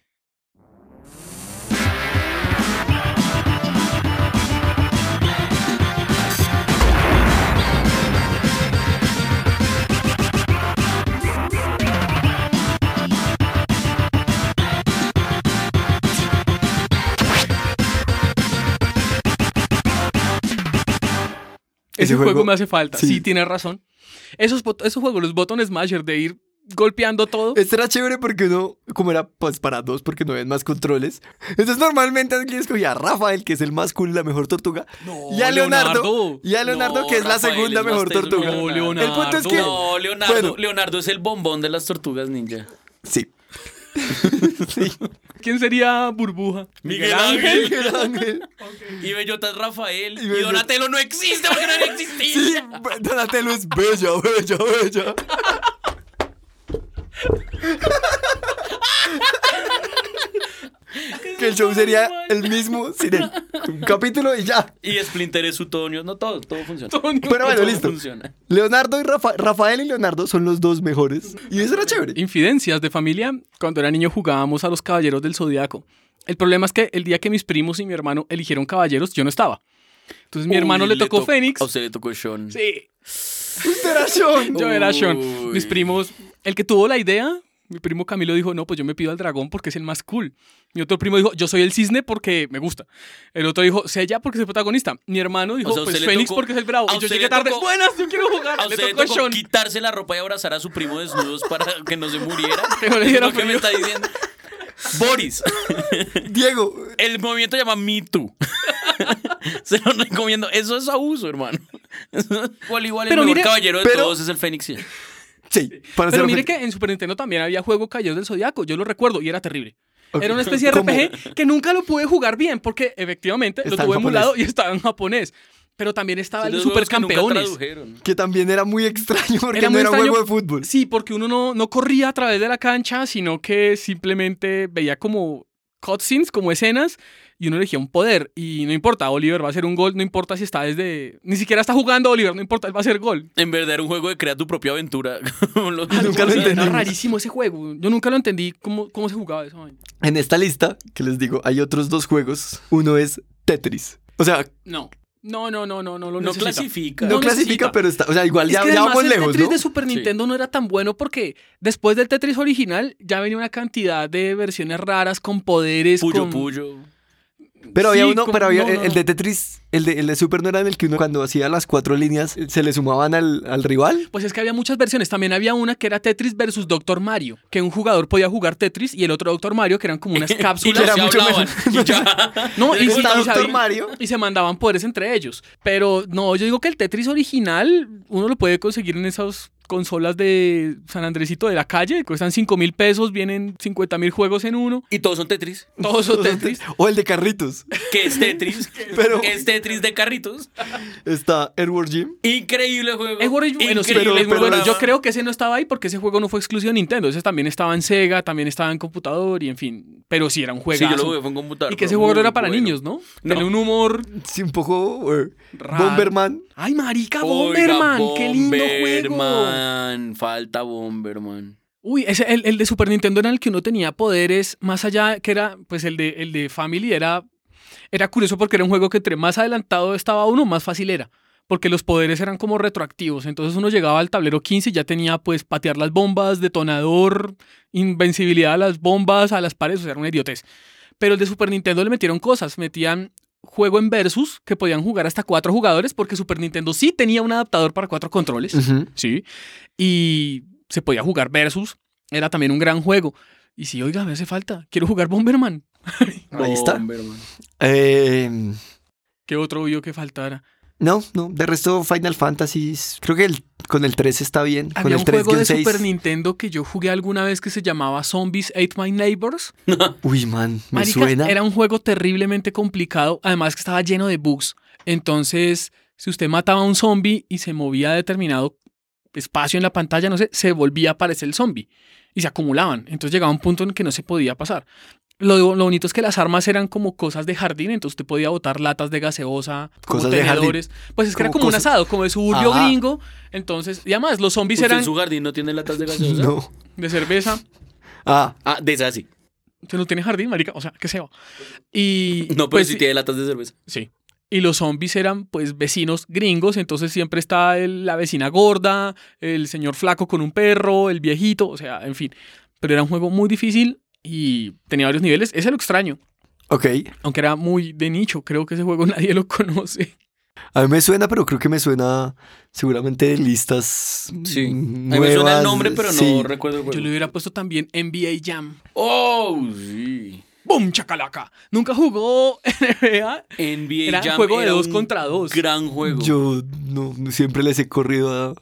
S2: Ese,
S3: Ese
S2: juego,
S3: juego-
S2: me hace falta.
S3: sí.
S2: Sí, tienes razón. Esos, bot- esos juegos, los Button Smasher, de ir golpeando todo.
S3: Este era chévere porque uno, como era pues para dos, porque no habían más controles. Entonces normalmente alguien escogía a Rafael, que es el más cool, la mejor tortuga. y a Leonardo.
S4: Leonardo.
S3: Y a Leonardo,
S4: No,
S3: que es la
S4: Rafael
S3: segunda
S4: es más
S3: mejor
S4: teso que
S3: tortuga.
S4: Leonardo.
S3: El punto es que.
S4: No, Leonardo,
S3: Bueno,
S4: Leonardo es el bombón de las tortugas ninja.
S3: Sí.
S2: ¿Quién sería Burbuja?
S4: Miguel Ángel. Y Bellota es Rafael. Y,
S3: Bellota-
S4: Donatello no existe porque no existía.
S3: Sí, Donatello es bello, bello, bello. que el show sería el mismo sin el un capítulo y ya.
S4: Y Splinter es su Tonio. No, todo, todo funciona.
S3: Pero bueno,
S4: Todo
S3: listo.
S4: funciona.
S3: Leonardo y Rafa- Rafael y Leonardo son los dos mejores. Y eso era chévere.
S2: Infidencias de familia. Cuando era niño jugábamos a los caballeros del zodiaco. El problema es que el día que mis primos y mi hermano eligieron caballeros, yo no estaba. Entonces mi hermano
S4: Uy,
S2: le tocó
S4: to-
S2: Fénix.
S4: A usted le tocó Sean.
S2: Sí.
S3: Usted era Sean.
S2: Yo era Sean.
S4: Uy.
S2: Mis primos, el que tuvo la idea, mi primo Camilo dijo, no, pues yo me pido al dragón porque es el más cool. Mi otro primo dijo, yo soy el cisne porque me gusta. El otro dijo, Sella porque es el protagonista. Mi hermano dijo,
S4: O sea, a usted
S2: pues
S4: le
S2: Fénix
S4: tocó-
S2: porque es el bravo.
S4: a
S2: Y yo
S4: usted
S2: llegué
S4: le
S2: tarde,
S4: tocó-
S2: buenas, yo quiero jugar.
S4: A
S2: Le
S4: usted le
S2: tocó
S4: tocó
S2: Sean.
S4: quitarse la ropa y abrazar a su primo desnudos para que no se muriera.
S2: Tengo la
S4: Es
S2: idea
S4: lo que me está diciendo. Boris.
S3: Diego.
S4: El movimiento se llama Me Too. se lo recomiendo. Eso es abuso, hermano. Igual, igual,
S2: Pero
S4: el mejor
S2: mire-
S4: caballero de
S2: pero-
S4: todos es el Fénix. sí.
S3: Sí, para
S2: Pero
S3: ser
S2: mire
S3: ofen-
S2: que en Super Nintendo también había juego Caballeros del Zodiaco, yo lo recuerdo y era terrible.
S3: Ok.
S2: Era una especie de
S3: ¿Cómo?
S2: RPG que nunca lo pude jugar bien porque efectivamente
S3: Está en
S2: lo tuve
S3: japonés.
S2: emulado y estaba en japonés. Pero también estaba el de
S4: los juegos que nunca
S2: supercampeones.
S4: tradujeron.
S3: Que también era muy extraño porque
S2: Era
S3: no
S2: muy
S3: era
S2: extraño.
S3: juego de fútbol.
S2: Sí, porque uno no, no corría a través de la cancha, sino que simplemente veía como cutscenes, como escenas, y uno elegía un poder. Y no importa, Oliver va a hacer un gol, no importa si está desde. Ni siquiera está jugando Oliver, no importa, él va a hacer gol.
S4: En verdad era un juego de crear tu propia aventura.
S2: Nunca lo entendí. Era rarísimo ese juego. Yo nunca lo entendí cómo, cómo se jugaba eso. man.
S3: En esta lista, que les digo, hay otros dos juegos. Uno es Tetris. O sea,
S2: No. No, no, no, no, no lo
S4: No
S2: necesita.
S4: clasifica.
S3: no,
S2: No
S3: clasifica,
S2: necesita.
S3: pero está. O sea, igual
S2: Es
S3: ya,
S2: que
S3: ya
S2: además
S3: vamos
S2: el
S3: lejos,
S2: Tetris
S3: ¿no?
S2: de Super Nintendo no era tan bueno porque después del Tetris original ya venía una cantidad de versiones raras con poderes.
S4: Puyo
S2: con-
S4: Puyo.
S3: Pero había
S2: Sí,
S3: uno,
S2: con-
S3: pero había
S2: no,
S3: el,
S2: no,
S3: el de Tetris, el de, el de Super no era en el que uno cuando hacía las cuatro líneas se le sumaban al, al rival.
S2: Pues es que había muchas versiones. También había una que era Tetris versus Doctor Mario, que un jugador podía jugar Tetris y el otro Doctor Mario, que eran como unas
S4: Y
S2: cápsulas.
S4: los
S3: era
S4: que
S3: mucho
S4: hablaban. Y ya.
S2: No, y,
S4: Era
S2: y-
S4: como
S2: y
S3: Está
S2: sabi-
S3: Doctor Mario.
S2: y se mandaban poderes entre ellos. Pero no, yo digo que el Tetris original uno lo puede conseguir en esas consolas de San Andresito de la calle, cuestan 5 mil pesos, vienen 50 mil juegos en uno.
S4: Y todos son Tetris.
S2: Todos son Tetris.
S3: O el de carritos.
S4: ¿Qué es Tetris?
S3: Pero-
S4: ¿Qué es Tetris de carritos?
S3: Está Edward Jim.
S4: Increíble juego.
S2: Es bueno, bueno, sí,
S4: Increíble,
S2: es muy
S3: pero
S2: bueno.
S3: la-
S2: Yo creo que ese no estaba ahí porque ese juego no fue exclusivo de Nintendo. Ese también estaba en Sega, también estaba en computador y en fin. Pero sí era un juego.
S4: Sí, yo lo jugué, fue en computador.
S2: Y que
S4: fue
S2: ese juego no
S4: muy
S2: era para
S4: bueno.
S2: niños, ¿no?
S4: No.
S2: Tenía un humor
S3: Sí, un poco. eh,
S2: raro.
S3: Bomberman.
S2: ¡Ay, marica!
S4: Oiga,
S2: ¡Bomberman! ¡Qué lindo juego!
S4: Bomberman, Falta Bomberman.
S2: Uy, ese, el, el de Super Nintendo era el que uno tenía poderes más allá, que era, pues el de, el de Family era, era curioso porque era un juego que entre más adelantado estaba uno, más fácil era. Porque los poderes eran como retroactivos. Entonces uno llegaba al tablero 15 y ya tenía pues patear las bombas, detonador, invencibilidad a las bombas, a las paredes, o sea, era una idiotez. Pero el de Super Nintendo le metieron cosas, metían juego en versus que podían jugar hasta cuatro jugadores porque Super Nintendo sí tenía un adaptador para cuatro controles.
S3: Ujú.
S2: Sí. Y se podía jugar versus. Era también un gran juego. Y si, oiga, me hace falta. Quiero jugar Bomberman.
S3: Ahí está.
S4: Bomberman.
S3: Eh,
S2: ¿Qué otro vio que faltara?
S3: no, no. De resto, Final Fantasy. Creo que el, con el 3 está bien. con
S2: Había
S3: el
S2: un juego de
S3: 3-6.
S2: Super Nintendo que yo jugué alguna vez que se llamaba Zombies Ate My Neighbors.
S3: Uy, man, me
S2: Marica,
S3: suena.
S2: Era un juego terriblemente complicado, además que estaba lleno de bugs. Entonces, si usted mataba a un zombie y se movía a determinado espacio en la pantalla, no sé, se volvía a aparecer el zombie y se acumulaban. Entonces llegaba un punto en que no se podía pasar. Lo, lo bonito es que las armas eran como cosas de jardín, entonces usted podía botar latas de gaseosa, como
S3: Cosas de jardín.
S2: tenedores. Pues es que era
S3: Como
S2: como un
S3: cosas-
S2: asado, como de suburbio
S3: Ajá.
S2: gringo. Entonces, y además, los zombies
S4: ¿Usted
S2: eran
S4: en su jardín no tiene latas de gaseosa?
S3: No.
S2: de cerveza.
S3: Ah,
S4: Ah, de esas sí.
S2: Usted no tiene jardín, marica, o sea, que se va. Y
S4: No, pero
S2: pues,
S4: sí tiene latas de cerveza.
S2: Sí. Y los zombies eran pues vecinos gringos, entonces siempre está el- la vecina gorda, el señor flaco con un perro, el viejito, o sea, en fin. Pero era un juego muy difícil y tenía varios niveles. Ese es lo extraño,
S3: ok.
S2: aunque era muy de nicho, creo que ese juego nadie lo conoce.
S3: A mí me suena, pero creo que me suena seguramente de listas.
S4: Sí. A
S3: mm,
S4: mí me suena
S3: nuevas,
S4: el nombre, pero no
S3: sí.
S4: recuerdo el
S2: Yo
S4: juego.
S2: le hubiera puesto también NBA Jam.
S4: Oh, sí.
S2: ¡Bum, chacalaca! Nunca jugó NBA.
S4: NBA
S2: Era
S4: Jam
S2: juego de
S4: era
S2: dos
S4: un
S2: contra dos.
S4: Gran juego.
S3: Yo no, no siempre les he corrido a.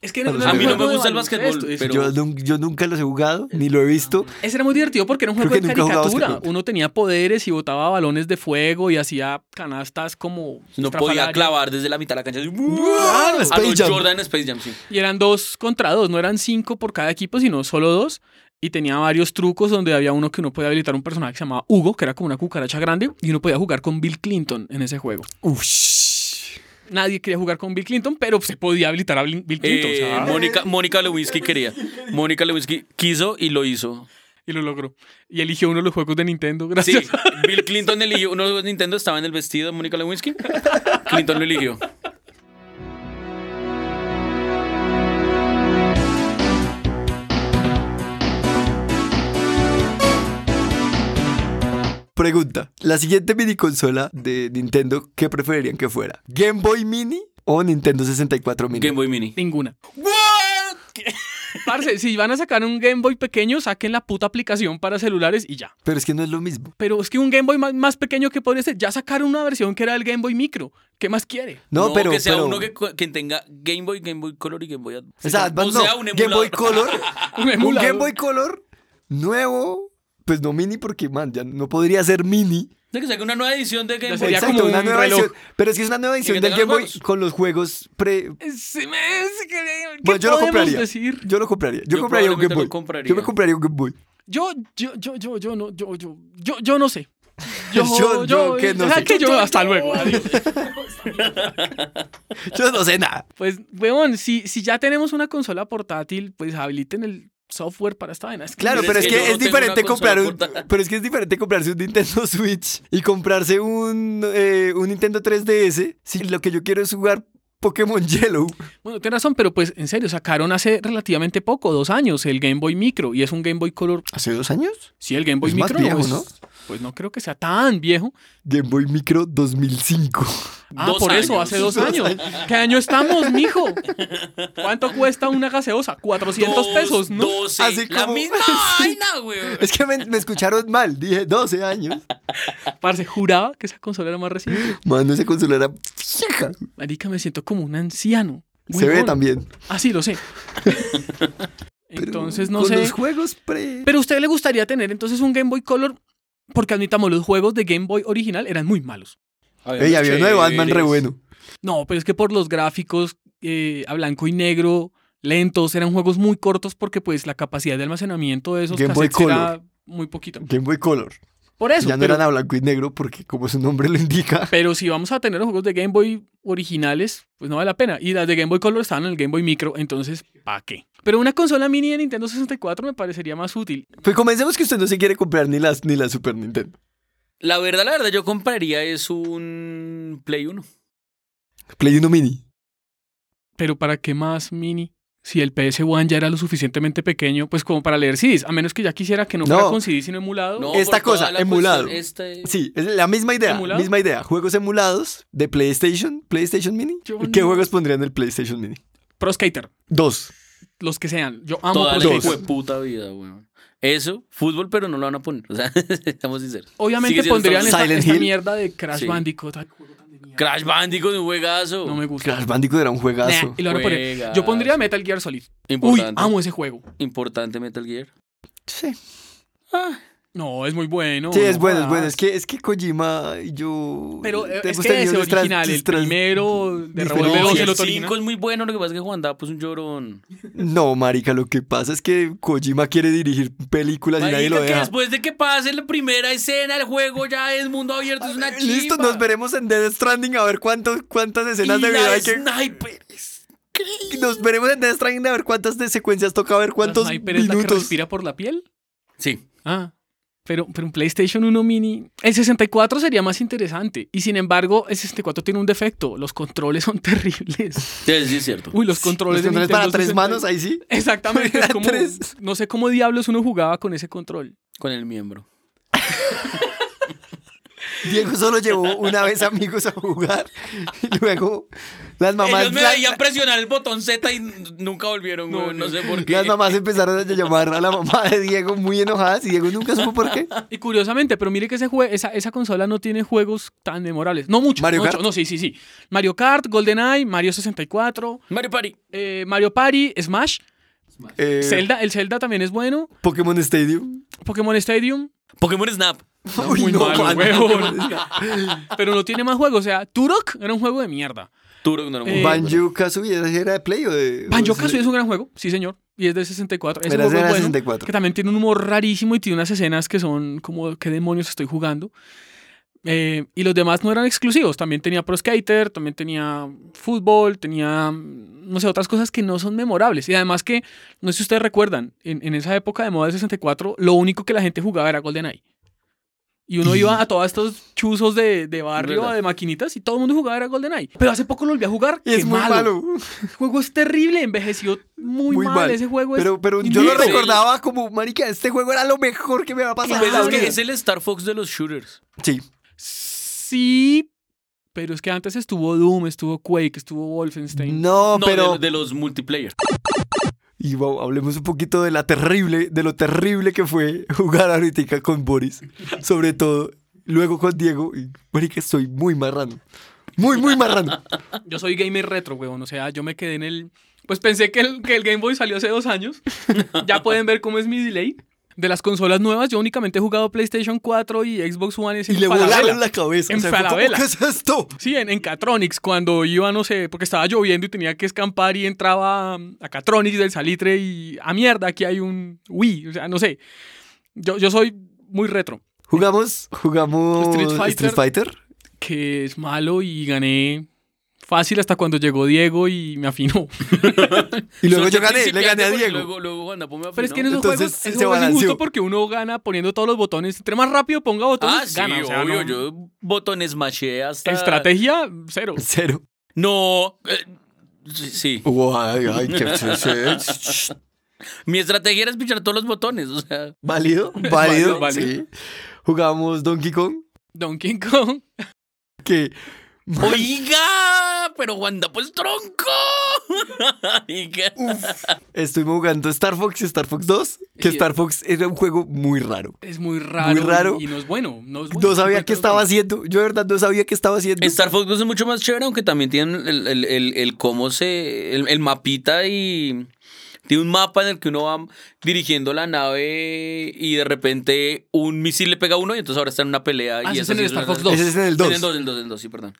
S2: Es que era
S3: A
S2: un
S3: mí no me
S2: juego de
S4: gusta el
S2: baloncesto,
S4: básquetbol,
S2: es-
S4: pero-
S3: Yo, nun- yo nunca los he jugado, ni lo he visto.
S2: Ese era muy divertido porque era un
S3: Creo
S2: juego de
S3: que nunca jugaba
S2: caricatura.
S3: básquetbol.
S2: Uno tenía poderes y botaba balones de fuego y hacía canastas como.
S4: No podía
S2: estrafalarias.
S4: clavar desde la mitad de la cancha. así,
S3: Ah,
S4: a
S3: Space
S4: lo
S3: Jam.
S4: Jordan Space Jam, sí.
S2: Y eran dos contra dos, no eran cinco por cada equipo, sino solo dos. Y tenía varios trucos donde había uno que uno podía habilitar un personaje que se llamaba Hugo, que era como una cucaracha grande, y uno podía jugar con Bill Clinton en ese juego.
S3: Ush.
S2: Nadie quería jugar con Bill Clinton, pero se podía habilitar a Bill Bill Clinton. o
S4: Eh,
S2: sea,
S4: Mónica, Mónica Lewinsky quería. Mónica Lewinsky quiso y lo hizo.
S2: y lo logró. Y eligió uno de los juegos de Nintendo,
S4: Sí,
S2: gracias.
S4: Bill Clinton eligió. Uno de los Nintendo estaba en el vestido de Mónica Lewinsky. Clinton lo eligió.
S3: Pregunta: La siguiente mini consola de Nintendo, ¿qué preferirían que fuera? ¿Game Boy Mini o Nintendo 64 Mini?
S4: Game Boy Mini.
S2: Ninguna. Parce, si van a sacar un Game Boy pequeño, saquen la puta aplicación para celulares y ya.
S3: Pero es que no es lo mismo.
S2: Pero es que un Game Boy más, más pequeño que podría ser, ya sacaron una versión que era el Game Boy Micro. ¿Qué más quiere?
S3: No, pero.
S4: que sea
S3: pero-
S4: uno que, co- que tenga Game Boy, Game Boy Color y Game Boy Advance.
S3: O sea, Advance no, Game Boy Color.
S2: Un
S3: un
S2: emulador.
S3: Game Boy Color nuevo, Pues no mini porque, man, ya no podría ser mini.
S4: De que saque una nueva edición de
S3: Ya
S4: Game Boy.
S3: sería Exacto, una nueva
S4: reloj.
S3: edición. Pero es que es una nueva
S4: Y que
S3: edición del
S4: tenga
S3: Game
S4: los
S3: Boy con los juegos pre.
S4: Sí, me- sí, que- ¿qué
S3: Bueno, yo lo
S4: podemos
S3: compraría.
S4: decir?
S3: Yo lo compraría. Yo,
S4: Yo
S3: compraría un
S4: probablemente
S3: Game
S4: lo
S3: Boy.
S4: compraría.
S3: Yo me compraría un Game Boy.
S2: Yo, yo, yo, yo, yo no, yo, yo, yo, yo no sé.
S3: Yo- yo que no
S2: deja
S3: sé.
S2: que yo, hasta luego. adiós.
S3: Yo no sé nada.
S2: Pues, weón, si, si ya tenemos una consola portátil, pues habiliten el software para esta vaina. Es que-
S3: Claro, pero es que es diferente comprar un.
S2: portátil.
S3: Pero es que es diferente comprarse un Nintendo Switch y comprarse un, eh, un Nintendo 3DS si lo que yo quiero es jugar Pokémon Yellow.
S2: Bueno, tienes razón, pero pues en serio, sacaron hace relativamente poco, dos años, el Game Boy Micro y es un Game Boy Color.
S3: ¿Hace dos años?
S2: Sí, el Game Boy
S3: Es más
S2: Micro.
S3: viejo,
S2: pues,
S3: ¿no?
S2: pues no creo que sea tan viejo.
S3: Game Boy Micro 2005.
S2: Ah,
S3: Dos
S2: por eso,
S3: años.
S2: hace dos
S3: Dos
S2: años. ¿Qué año estamos, mijo? ¿Cuánto cuesta una gaseosa? 400
S4: Dos,
S2: pesos, ¿no?
S4: doce, la misma vaina, güey.
S3: Es que me, me escucharon mal. Dije 12 años.
S2: Parce, juraba que esa consola era más reciente.
S3: Mano, esa consola era vieja.
S2: Marica, me siento como un anciano.
S3: Se ve
S2: Huevón.
S3: también.
S2: Ah, sí, lo sé. entonces, no
S3: Con
S2: sé.
S3: los juegos pre.
S2: Pero a usted le gustaría tener entonces un Game Boy Color, porque admitamos, los juegos de Game Boy original eran muy malos.
S3: Ey, había uno de Batman re bueno.
S2: No, pero es que por los gráficos eh, a blanco y negro, lentos, eran juegos muy cortos porque pues la capacidad de almacenamiento de esos
S3: Game Boy
S2: cassettes era
S3: Color.
S2: muy poquita.
S3: Game Boy Color.
S2: Por eso,
S3: Ya no
S2: pero-
S3: eran a blanco y negro porque, como su nombre lo indica,
S2: Pero si vamos a tener los juegos de Game Boy originales, pues no vale la pena. Y las de Game Boy Color estaban en el Game Boy Micro, entonces, ¿pa' qué? Pero una consola mini de Nintendo 64 me parecería más útil.
S3: Pues comencemos que usted no se quiere comprar ni las ni la Super Nintendo.
S4: La verdad, la verdad, yo compraría es un Play 1.
S3: Play 1 Mini.
S2: Pero ¿para qué más mini? Si el PS1 ya era lo suficientemente pequeño, pues como para leer CDs, a menos que ya quisiera que no,
S3: No.
S2: fuera con CD sino emulado.
S3: Esta cosa, emulado.
S4: este-
S3: Sí, es la misma idea.
S2: ¿Emulado?
S3: Misma idea. Juegos emulados de PlayStation, PlayStation Mini.
S2: Yo
S3: ¿Qué
S2: no-
S3: juegos pondrían en el PlayStation Mini?
S2: Pro Skater,
S3: Dos.
S2: los que sean. Yo amo
S4: Toda
S2: Pro
S4: la
S2: Skater.
S4: hijo de puta vida, weón. Eso, fútbol, pero no lo van a poner. O sea, estamos sinceros. Sigue
S2: Obviamente
S4: siendo
S2: pondrían
S4: Star-
S2: esta,
S3: Silent
S2: esta
S3: Hill.
S2: mierda de Crash
S4: Sí.
S2: Bandicoot. ay,
S4: Crash Bandicoot, un juegazo.
S2: No me gusta.
S3: Crash Bandicoot era un juegazo.
S2: Nah, y lo van a poner. Yo pondría Metal Gear Solid. Uy,
S4: Importante.
S2: amo ese juego.
S4: Importante Metal Gear.
S3: Sí.
S2: No, es muy bueno.
S3: sí, es
S2: no
S3: bueno, es
S2: jodas.
S3: bueno. Es que, es que Kojima y yo.
S2: Pero eh, es
S3: hemos
S2: que
S3: tenido
S2: ese
S3: nuestras-
S2: original, el
S3: nuestras-
S2: primero de
S3: diferencias.
S2: Revolver
S3: No,
S4: Y
S3: y
S2: 11
S4: el
S2: lo
S4: 5
S2: original.
S4: es muy bueno, lo que pasa es que Juan Daba puso un llorón.
S3: No, marica, lo que pasa es que Kojima quiere dirigir películas y nadie
S4: Marica,
S3: lo
S4: que
S3: deja.
S4: después de que pase la primera escena, el juego ya es mundo abierto, es una chimba.
S3: Listo, nos veremos en Dead Stranding a ver cuánto- cuántas escenas
S4: Y
S3: de video
S4: la
S3: hay que.
S4: sniper es-
S3: Nos veremos en Death Stranding a ver cuántas de secuencias toca, a ver cuántos
S2: ¿La Sniper es la que
S3: minutos.
S2: respira por la piel?
S4: Sí.
S2: Ah, pero, pero un PlayStation 1 mini. El 64 sería más interesante. Y sin embargo, el 64 tiene un defecto. Los controles son terribles.
S4: Sí, sí, es cierto.
S2: Uy, los controles
S3: Los
S2: de
S3: controles para
S2: Nintendo
S3: tres
S2: 60.
S3: manos, ahí sí.
S2: Exactamente. es
S3: Era
S2: como-
S3: tres.
S2: no sé cómo diablos uno jugaba con ese control.
S4: Con el miembro.
S3: Diego solo llevó una vez amigos a jugar y luego las mamás.
S4: Ellos me
S3: la-
S4: veían presionar el botón Z y n- nunca volvieron, güey, no, sé por qué.
S3: las mamás empezaron a llamar a la mamá de Diego muy enojadas y Diego nunca supo por qué.
S2: Y curiosamente, pero mire que ese jue- esa, esa consola no tiene juegos tan memorables. No mucho.
S3: Mario
S2: no
S3: Kart.
S2: mucho, No, sí, sí, sí. Mario Kart, GoldenEye, Mario 64,
S4: Mario Party.
S2: eh, Mario Party, Smash,
S3: Eh,
S2: Zelda. El Zelda también es bueno.
S3: Pokémon Stadium.
S2: Pokémon Stadium.
S4: Pokémon Snap.
S2: No,
S3: Uy,
S2: muy
S3: no,
S2: malo,
S3: mano,
S2: huevón. Pero no tiene más juegos. O sea, Turok era un juego de mierda.
S4: Turok no era muy
S2: Eh,
S4: bueno.
S3: Banjo Kazooie era de Play o de.
S2: Banjo
S3: o de-
S2: Kazooie es un gran juego, sí, señor. Y es de 64. Es un
S3: Pero
S2: juego
S3: ese era
S2: bueno,
S3: 64.
S2: Que también tiene un humor rarísimo y tiene unas escenas que son como, ¿qué demonios estoy jugando? Eh, y los demás no eran exclusivos. También tenía Pro Skater, también tenía fútbol, tenía, mm, no sé, otras cosas que no son memorables. Y además que, no sé si ustedes recuerdan, en, en esa época de moda del 64, lo único que la gente jugaba era GoldenEye. Y uno iba a todos estos chuzos de, de barrio,
S4: ¿Verdad?
S2: de maquinitas, y todo el mundo jugaba era GoldenEye. Pero hace poco lo volví a jugar.
S3: Y es
S2: ¡Qué
S3: muy malo.
S2: el Este juego es terrible, envejeció muy,
S3: Muy
S2: mal.
S3: mal.
S2: Ese juego es
S3: Pero, pero yo lo
S2: indigno.
S4: Sí.
S3: recordaba como, marica, este juego era lo mejor que me había pasado. en
S4: Pues
S3: la
S4: es que
S3: vida.
S4: es el Star Fox de los shooters.
S3: Sí.
S2: Sí, pero es que antes estuvo Doom, estuvo Quake, estuvo Wolfenstein.
S3: No,
S4: No,
S3: pero.
S4: de, de los multiplayer.
S3: Y wow, hablemos un poquito de la terrible, de lo terrible que fue jugar ahorita con Boris. Sobre todo, luego con Diego. Y marica, estoy muy marrano. Muy, muy marrano.
S2: Yo soy gamer retro, weón. O sea, yo me quedé en el. Pues pensé que el, que el Game Boy salió hace dos años. ya pueden ver cómo es mi delay. de las consolas nuevas, yo únicamente he jugado PlayStation 4 y Xbox One.
S3: Y le volaron la cabeza.
S2: En
S3: o sea, fue como,
S2: Falabella.
S3: ¿Qué es esto?
S2: Sí, en, en Catronics, cuando iba, no sé, porque estaba lloviendo y tenía que escampar y entraba um, a Catronics del salitre y a mierda, aquí hay un Wii. O sea, no sé. Yo, yo soy muy retro,
S3: Jugamos, jugamos
S2: Street Fighter.
S3: Street Fighter.
S2: que es malo y gané fácil hasta cuando llegó Diego y me afinó.
S3: Y luego
S4: Soy
S3: yo gané, le
S4: principiante
S3: gané a
S4: porque
S3: Diego.
S4: Luego, luego Juan Napo me
S2: Pero es
S4: afinó.
S2: que en esos
S3: Entonces,
S2: juegos,
S3: se
S2: esos juegos es injusto
S3: balanceó.
S2: porque uno gana poniendo todos los botones. Entre más rápido ponga botones,
S4: Ah, sí,
S2: gana. O sea,
S4: obvio,
S2: no-
S4: yo botones maché hasta...
S2: Estrategia, cero.
S3: Cero.
S4: No, eh, sí, sí.
S3: Guay, ay, qué
S4: Mi estrategia era pichar todos los botones, o sea...
S3: Válido, válido. sí. Jugamos Donkey Kong.
S2: Donkey Kong.
S3: Que
S4: ¡Oiga! ¡Pero Juan Napo es tronco! Oiga.
S3: estuvimos jugando Star Fox y Star Fox 2. Que Star Fox era un juego muy raro.
S2: Es muy raro.
S3: Muy raro.
S2: Y, y no es bueno. No, es bueno.
S3: No sabía qué estaba haciendo. Yo de verdad no sabía qué estaba haciendo.
S4: Star Fox 2 es mucho más chévere, aunque también tienen el, el- el- el cómo se. El, el mapita y. Tiene un mapa en el que uno va dirigiendo la nave y de repente un misil le pega a uno y entonces ahora está en una pelea.
S2: Ah,
S4: y
S2: ese es en el Star Fox 2.
S3: Ese es en el 2.
S4: En el 2, el 2, el 2, sí, perdón.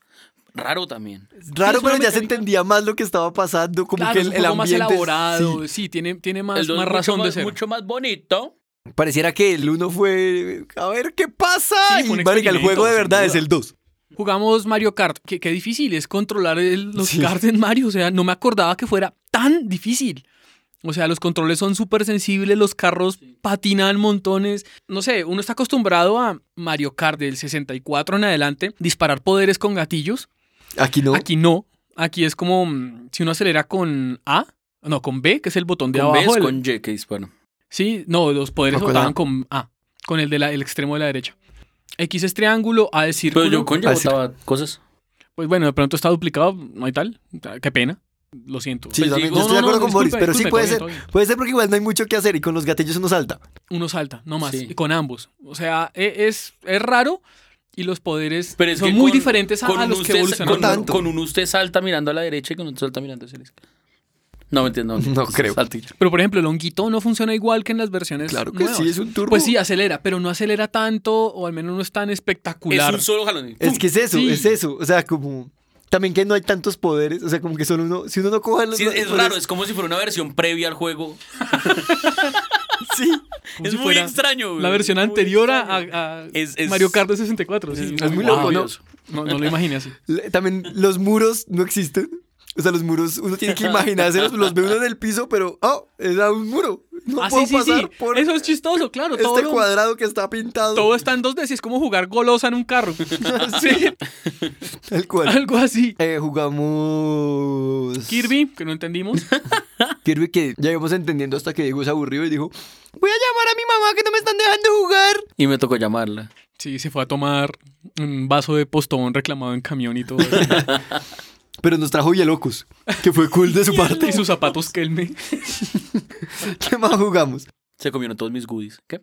S4: Raro también.
S3: Raro,
S2: es una
S3: pero ya se
S2: mecánica-
S3: entendía más lo que estaba pasando. Como
S2: Claro,
S3: que
S2: es
S3: el,
S2: un
S3: el
S2: juego más
S3: ambiente.
S2: elaborado.
S3: sí.
S2: Sí, tiene, tiene más,
S4: el 2
S2: más
S4: es mucho
S2: razón de
S4: más-
S2: ser.
S4: Mucho más bonito.
S3: Pareciera que el uno fue. A ver qué pasa.
S2: Sí,
S3: y
S2: fue un
S3: marica, el juego de
S2: experimento,
S3: verdad
S2: sin
S3: es
S2: duda.
S3: el 2.
S2: Jugamos Mario Kart. Qué, qué difícil es controlar el- los
S3: Sí.
S2: karts en Mario. O sea, no me acordaba que fuera tan difícil. O sea, los controles son súper sensibles, los carros patinan montones. No sé, uno está acostumbrado a Mario Kart del 64 en adelante, disparar poderes con gatillos.
S3: Aquí no.
S2: Aquí no. Aquí es como mm, si uno acelera con A, no, con B, que es el botón de
S4: Con B es
S2: abajo. del-
S4: con Y que disparo.
S2: Sí, no, los poderes
S3: No, con
S2: votaban
S3: A.
S2: con A, con el del extremo de la derecha. X es triángulo, A es
S4: Pero
S2: círculo.
S4: yo con Y
S3: Ah, sí.
S4: botaba cosas.
S2: Pues bueno, de pronto está duplicado, no hay tal. Qué pena. Lo siento.
S3: Sí, yo
S4: Pues
S3: también,
S4: digo-
S3: yo estoy de
S2: No, no,
S3: acuerdo
S2: no,
S3: con Boris,
S2: disculpe,
S3: pero sí
S2: disculpe,
S3: puede
S2: todo
S3: ser.
S2: bien, todo bien.
S3: Puede ser porque igual no hay mucho que hacer y con los gatillos uno salta.
S2: Uno salta, no más.
S4: Sí.
S2: y Con ambos. O sea, e- es, es raro y los poderes
S4: Pero es
S2: son
S4: que
S2: muy
S4: con-
S2: diferentes a,
S4: con
S2: a
S4: un
S2: los que
S4: usted- Con,
S2: evolucionaron.
S3: tanto.
S4: con uno usted salta mirando a la derecha y con otro salta mirando hacia la izquierda. No, me entiendo.
S3: No creo.
S2: Pero por ejemplo, el honguito no funciona igual que en las versiones.
S3: Claro que
S2: nuevas.
S3: sí, es un turbo.
S2: Pues sí, acelera, pero no acelera tanto o al menos no es tan
S4: Es
S2: espectacular.
S4: un solo jalón.
S3: Es que es eso,
S2: Sí.
S3: es eso. O sea, como. También que no hay tantos poderes. O sea, como que solo uno. Si uno no coge los.
S4: Sí, es, es raro, es como si fuera una versión previa al juego.
S3: Sí.
S2: Como
S4: Es
S2: si
S4: muy
S2: fuera
S4: extraño. güey.
S2: La versión
S4: Muy
S2: anterior a,
S4: extraño.
S2: a- a
S4: Es- es-
S2: Mario Kart de 64. sí.
S3: es muy loco, ¿no?
S2: Curioso. ¿no? No lo imaginé así.
S3: Le- También los muros no existen. O sea, los muros, uno tiene que imaginárselos, los ve uno en el piso, pero ¡oh! Era un muro. No
S2: Ah, sí,
S3: puedo
S2: sí,
S3: pasar
S2: sí.
S3: por
S2: Eso es chistoso, claro.
S3: este
S2: todo, lo-
S3: cuadrado que está pintado.
S2: todo está en dos veces. Es como jugar golosa en un carro. sí,
S3: Tal cual.
S2: algo así.
S3: Eh, jugamos.
S2: Kirby, que no entendimos.
S3: Kirby que ya íbamos entendiendo hasta que Diego se aburrió y dijo: Voy a llamar a mi mamá que no me están dejando jugar.
S4: Y me tocó llamarla.
S2: Sí, se fue a tomar un vaso de postobón reclamado en camión y todo.
S3: Pero nos trajo Yelocus, que fue cool de su parte.
S2: y sus zapatos Kelme.
S3: ¿Qué más jugamos?
S4: Se comieron todos mis goodies. ¿Qué?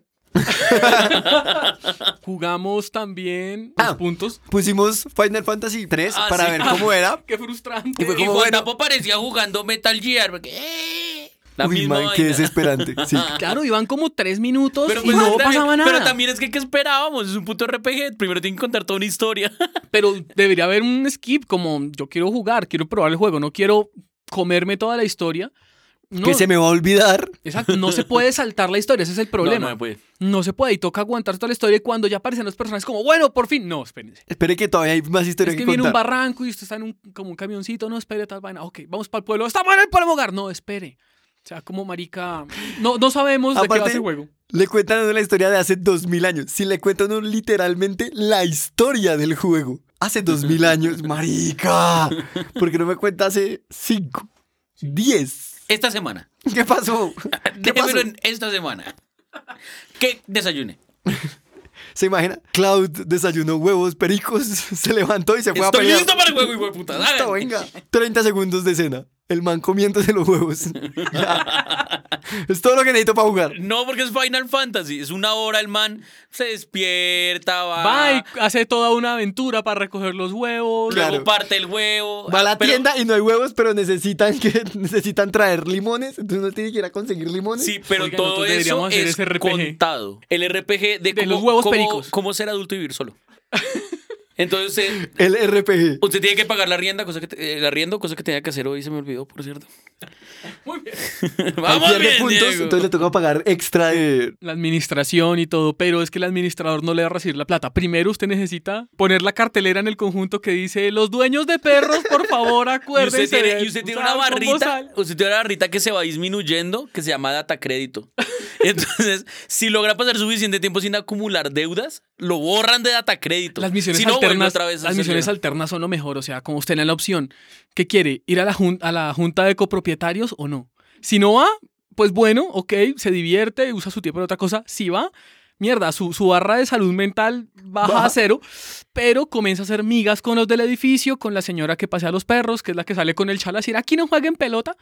S2: Jugamos también los
S3: Ah.
S2: puntos.
S3: Pusimos Final Fantasy 3
S4: Ah,
S3: para
S4: sí.
S3: ver cómo era.
S2: Qué frustrante.
S3: Y fue
S4: Y
S3: como
S4: Juan
S3: bueno.
S4: Napo parecía jugando Metal Gear. Porque, ¡eh! La
S3: Uy,
S4: misma
S3: man, qué
S4: vaina.
S3: desesperante. Sí.
S2: Claro, iban como tres minutos
S4: Pero,
S2: y
S4: pues,
S2: no
S4: también-
S2: pasaba nada.
S4: pero también es que ¿qué esperábamos? Es un puto RPG. Primero tienen que contar toda una historia.
S2: Pero debería haber un skip como yo quiero jugar, quiero probar el juego, no quiero comerme toda la historia. No,
S3: Que se me va a olvidar.
S2: Exacto, no se puede saltar la historia, ese es el
S4: No,
S2: problema.
S4: no me puede.
S2: No se puede y toca aguantar toda la historia y cuando ya aparecen los personajes como, bueno, por fin, no, espérense.
S3: Espere que todavía hay más historia
S2: Es que
S3: que
S2: viene un
S3: contar.
S2: barranco y usted está en un, como un camioncito, no, espere tal vaina. Ok, vamos para el pueblo, estamos en el pueblo hogar. No, espere. O sea, como marica, no, no sabemos de qué va
S3: Aparte-
S2: ese juego.
S3: Le cuentan a uno la historia de hace 2000 años. Si le cuentan a uno literalmente la historia del juego. Hace 2000 años, marica. Porque no me cuenta hace 5, 10.
S4: Esta semana.
S3: ¿Qué pasó? ¿Qué pasó?
S4: Déjemelo en esta semana. ¿Qué desayune?
S3: ¿Se imagina? Cloud desayunó huevos, pericos, se levantó y se fue a
S4: Estoy
S3: pelear.
S4: listo para el juego, hijo de puta.
S3: Listo,
S4: hágale.
S3: venga. 30 segundos de cena. El man comiéndose los huevos. Ya. es todo lo que necesito para jugar.
S4: No, porque es Final Fantasy. Es una hora el man se despierta, va.
S2: Va y hace toda una aventura para recoger los huevos.
S4: Luego parte el huevo. Ah,
S3: Va a la
S4: Pero-
S3: tienda y no hay huevos, pero necesitan, que, necesitan traer limones. Entonces uno tiene que ir a conseguir limones.
S4: Sí, pero
S2: Oiga,
S4: todo
S2: nosotros
S4: eso
S2: deberíamos hacer
S4: es
S2: ese RPG.
S4: contado. El RPG de, cómo,
S2: los huevos
S4: cómo-
S2: pericos.
S4: cómo ser adulto y vivir solo. Entonces, eh,
S3: El RPG.
S4: usted tiene que pagar la rienda, cosa que te- el arriendo, cosa que tenía que hacer hoy, se me olvidó, por cierto. Muy bien.
S3: Ahí
S4: Vamos
S3: pierde
S4: bien,
S3: puntos,
S4: Diego.
S3: entonces le toca pagar extra de...
S2: La administración y todo, pero es que el administrador no le va a recibir la plata. Primero usted necesita poner la cartelera en el conjunto que dice los dueños de perros, por favor,
S4: Y
S2: acuérdense.
S4: usted tiene,
S2: de
S4: y usted tiene
S2: usar
S4: una
S2: con
S4: barrita,
S2: bozal.
S4: usted tiene una barrita que se va disminuyendo, que se llama data crédito. Entonces, si logra pasar suficiente tiempo sin acumular deudas, lo borran de data crédito.
S2: Las misiones
S4: si no, vuelve
S2: alternas,
S4: otra vez a
S2: las
S4: ser
S2: misiones
S4: león.
S2: alternas son lo mejor, o sea, como usted tiene la opción, ¿qué quiere? ¿Ir a la, jun- a la junta de copropietarios o no? Si no va, pues bueno, ok, se divierte, usa su tiempo en otra cosa. Si va, mierda, su, su barra de salud mental baja,
S3: Baja.
S2: a cero, pero comienza a hacer migas con los del edificio, con la señora que pasea a los perros, que es la que sale con el chal a decir, aquí no jueguen pelota.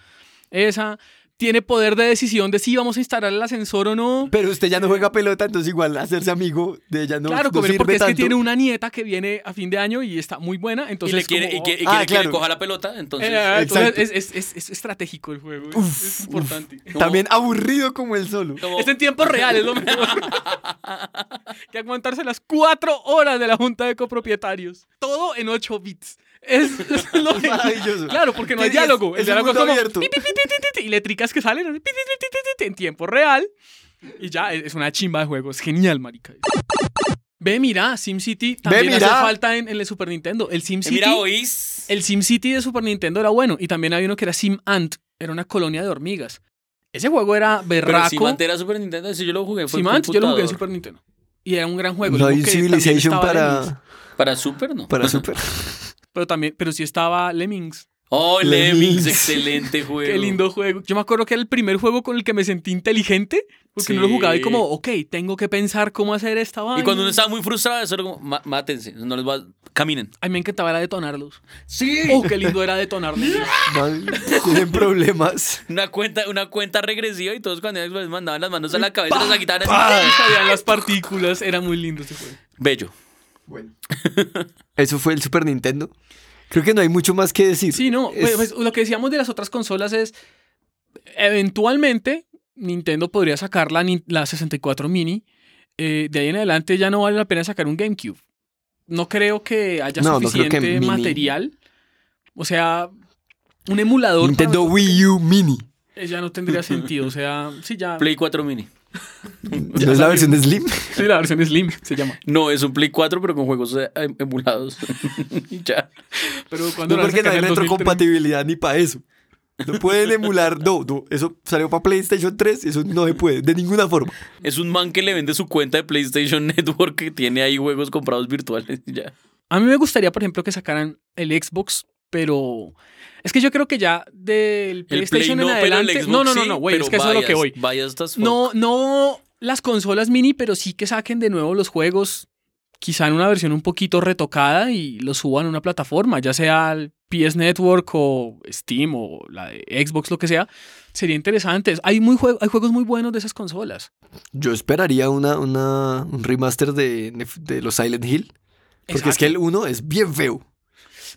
S2: Esa tiene poder de decisión de si vamos a instalar el ascensor o no.
S3: Pero usted ya no juega pelota, entonces igual hacerse amigo de ella no,
S2: Claro,
S3: no
S2: comer
S3: sirve
S2: porque es que
S3: tanto.
S2: tiene una nieta que viene a fin de año y está muy buena.
S4: Y
S2: Entonces,
S4: le quiere, y
S2: como-
S4: que- y
S2: Eh,
S4: quiere
S3: Ah,
S4: que le
S3: claro.
S4: coja la pelota, entonces.
S2: eh, entonces
S3: Exacto.
S2: es, es- es- es estratégico el juego. es- es importante.
S3: También aburrido como el solo.
S4: como-
S2: Es en tiempo real, es lo mejor. que aguantarse las cuatro horas de la junta de copropietarios. Todo en 8 bits. Es, es lo que-
S3: Maravilloso.
S2: Claro, porque no hay
S3: Sí, es-
S2: diálogo.
S3: es
S2: El
S3: un
S2: diálogo es
S3: mundo
S2: como.
S3: abierto.
S2: "Pi, pi, pi, ti, ti, ti", Y letricas que salen "pi, ti, ti, ti, ti, ti", en tiempo real. Y ya, e, es es una chimba de juego. Es genial, marica. Ve, mira, SimCity también hace
S3: mira.
S2: falta en, en el Super Nintendo. El
S4: Eh,
S2: SimCity.
S4: Mira, oís.
S2: El SimCity de Super Nintendo era bueno. Y también había uno que era Sim Ant. Era una colonia de hormigas. Ese juego era
S4: Pero
S2: berraco.
S4: si Mantera Super Nintendo, ese yo lo jugué. Fue
S2: Sim Ant, yo lo jugué en
S4: computador.
S2: Super Nintendo. Y era un gran juego.
S3: No
S2: Lo
S3: hay un
S2: único que
S3: Civilization
S2: también estaba Lemmings.
S3: para,
S4: Para Super, ¿no?
S3: para Super.
S2: pero también, pero sí estaba Lemmings.
S4: Oh,
S3: Lemmings.
S4: Lemmings, excelente juego.
S2: Qué lindo juego. Yo me acuerdo que era el primer juego con el que me sentí inteligente. Porque no lo jugaba y
S4: Sí.
S2: como, ok, tengo que pensar cómo hacer esta vaina.
S4: Y cuando uno estaba muy frustrado, eso era como, "Ma- mátense, no les va, caminen.
S2: A mí me encantaba era detonarlos.
S4: Sí.
S2: Oh, qué lindo era detonarlos.
S3: Mal, tienen problemas.
S4: Una cuenta, una cuenta regresiva y todos cuando ellos les mandaban las manos a la cabeza, las quitaban.
S2: Salían las partículas. Era muy lindo ese juego.
S4: Bello.
S3: Eso fue el Super Nintendo. Creo que no hay mucho más que decir.
S2: Sí, no.
S3: Es-
S2: pues, lo que decíamos de las otras consolas es, eventualmente, Nintendo podría sacar la, nin- la 64 mini. Eh, de ahí en adelante ya no vale la pena sacar un GameCube. No creo que haya
S3: No, no creo que
S2: suficiente
S3: mini.
S2: material. O sea, un emulador para-
S3: Nintendo Wii U Mini.
S2: eh, ya no tendría sentido. O sea, sí, ya.
S4: Play 4 mini.
S3: ¿No es la versión de Slim?
S2: Sí, la versión Slim se llama.
S4: No, es un Play 4, pero con juegos eh, em- emulados. ya.
S2: Pero cuando
S3: No, porque no hay
S2: retrocompatible.
S3: retrocompatibilidad ni para eso. No pueden emular. No, no. Eso salió para PlayStation 3. Eso no se puede. De ninguna forma.
S4: Es un man que le vende su cuenta de PlayStation Network que tiene ahí juegos comprados virtuales. y Ya.
S2: A mí me gustaría, por ejemplo, que sacaran el Xbox, pero es que yo creo que ya del
S4: El
S2: PlayStation
S4: Play
S2: en
S4: no, pero el
S2: adelante.
S4: Xbox
S2: no, no, no,
S4: sí,
S2: no, güey,
S4: pero
S2: es que eso es lo que
S4: vayas-
S2: voy.
S4: vayas tas-
S2: No, no las consolas mini, pero sí que saquen de nuevo los juegos, quizá en una versión un poquito retocada y los suban a una plataforma, ya sea el PS Network o Steam o la de Xbox, lo que sea. Sería interesante. Hay, muy jue- hay juegos muy buenos de esas consolas.
S3: Yo esperaría una, una, un remaster de, de los Silent Hill. Porque es
S2: Exacto.
S3: que el 1 es bien feo.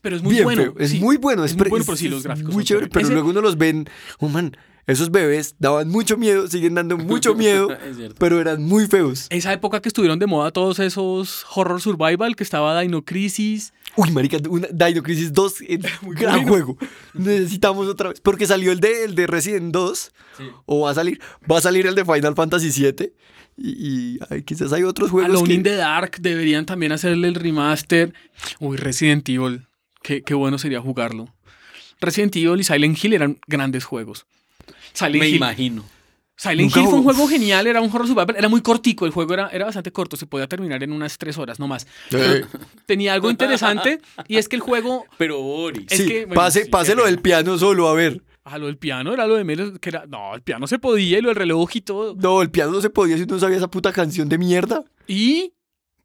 S2: Pero es muy
S3: bien
S2: bueno.
S3: feo. Es
S2: sí.
S3: muy bueno. Es,
S2: Es muy
S3: pre-
S2: bueno, pero sí, los gráficos
S3: Muy
S2: son
S3: chévere,
S2: terribles.
S3: pero
S2: Ese-
S3: luego uno los ven. Oh, man, esos bebés daban mucho miedo, siguen dando mucho miedo,
S4: Es cierto.
S3: pero eran muy feos.
S2: Esa época que estuvieron de moda todos esos horror survival, que estaba Dino Crisis.
S3: Uy, marica, una- Dino Crisis 2, eh, gran juego. Necesitamos otra vez. Porque salió el de, el de Resident 2, o va a salir. Va a salir el de Final Fantasy 7. Y, y, ay, quizás hay otros juegos.
S2: Alone
S3: Pues que-
S2: in the Dark deberían también hacerle el remaster. Uy, Resident Evil. Qué, qué bueno sería jugarlo. Resident Evil y Silent Hill eran grandes juegos. Silent
S4: Me
S2: Hill,
S4: imagino.
S2: Silent
S3: Nunca
S2: Hill fue un
S3: jugué.
S2: juego genial, era un horror survival, era muy cortico, el juego era, era bastante corto, se podía terminar en unas tres horas, no más.
S3: Eh,
S2: Tenía algo interesante y es que el juego,
S4: Pero Boris.
S2: Es
S3: sí,
S2: que, bueno,
S3: pase,
S2: sí, qué
S3: páselo
S2: pena.
S3: del piano solo, a ver.
S2: a lo del piano era lo de menos, que era, no, el piano se podía y lo del reloj y todo.
S3: No, el piano no se podía si no sabía esa puta canción de mierda.
S2: Y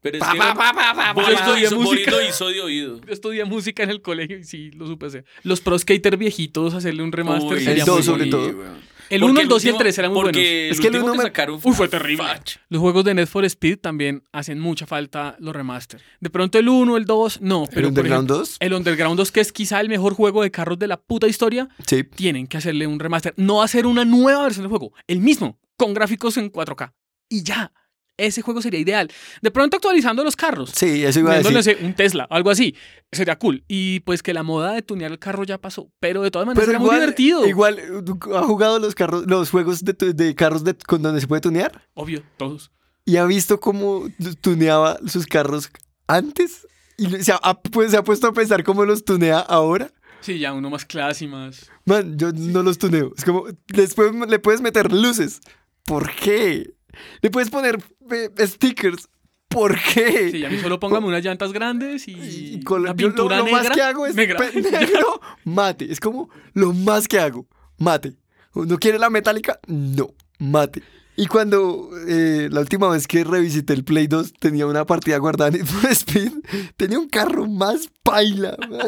S4: Pero es
S3: Pa,
S4: que
S3: pa, pa, pa, pa,
S4: Boris
S2: pa,
S4: lo
S2: pa.
S4: hizo- Boris
S2: Música.
S4: lo hizo de oído.
S2: Yo estudié música en el colegio y sí, lo supe hacer. Los pro skater viejitos, hacerle un remaster
S4: Uy,
S2: sería
S3: el dos
S2: muy
S3: sobre
S2: bonito.
S3: todo.
S4: weón.
S2: El
S4: Porque
S2: 1, el 2 y el
S4: último-
S2: 3 eran muy
S4: porque
S2: buenos.
S4: el Es que el último que uno me- sacaron
S2: Uy, fue terrible. Los juegos de Need for Speed también hacen mucha falta los remaster. De pronto el 1, el 2, no. Pero por
S3: Underground
S2: ejemplo,
S3: 2?
S2: El Underground 2, que es quizá el mejor juego de carros de la puta historia,
S3: Sí.
S2: tienen que hacerle un remaster. No hacer una nueva versión del juego, el mismo, con gráficos en 4K. Y ya. Ese juego sería ideal. De pronto actualizando los carros.
S3: Sí, eso iba a
S2: Poniéndole,
S3: decir.
S2: no sé, un Tesla, algo así. Sería cool. Y pues que la moda de tunear el carro ya pasó. Pero de todas maneras era muy divertido.
S3: Igual, ¿tú ¿ha jugado los, carros, los juegos de, tu- de carros de- con donde se puede tunear?
S2: Obvio, todos.
S3: ¿Y ha visto cómo tuneaba sus carros antes? Y lo- se ha, ha- pues, se ha puesto a pensar cómo los tunea ahora.
S2: Sí, ya uno más clase y más.
S3: Man, yo no los tuneo. Es como, les puedes- le puedes meter luces. ¿Por qué? Le puedes poner eh, stickers. ¿Por qué?
S2: Sí, a mí solo póngame unas llantas grandes y,
S3: Y con la
S2: una pintura
S3: lo,
S2: negra.
S3: más que hago es
S2: negra.
S3: pe- negro, mate. Es como lo más que hago, mate. ¿No quiere la metálica? No, mate. Y cuando eh, la última vez que revisité el Play 2 tenía una partida guardada en Need for Speed, tenía un carro más paila. man.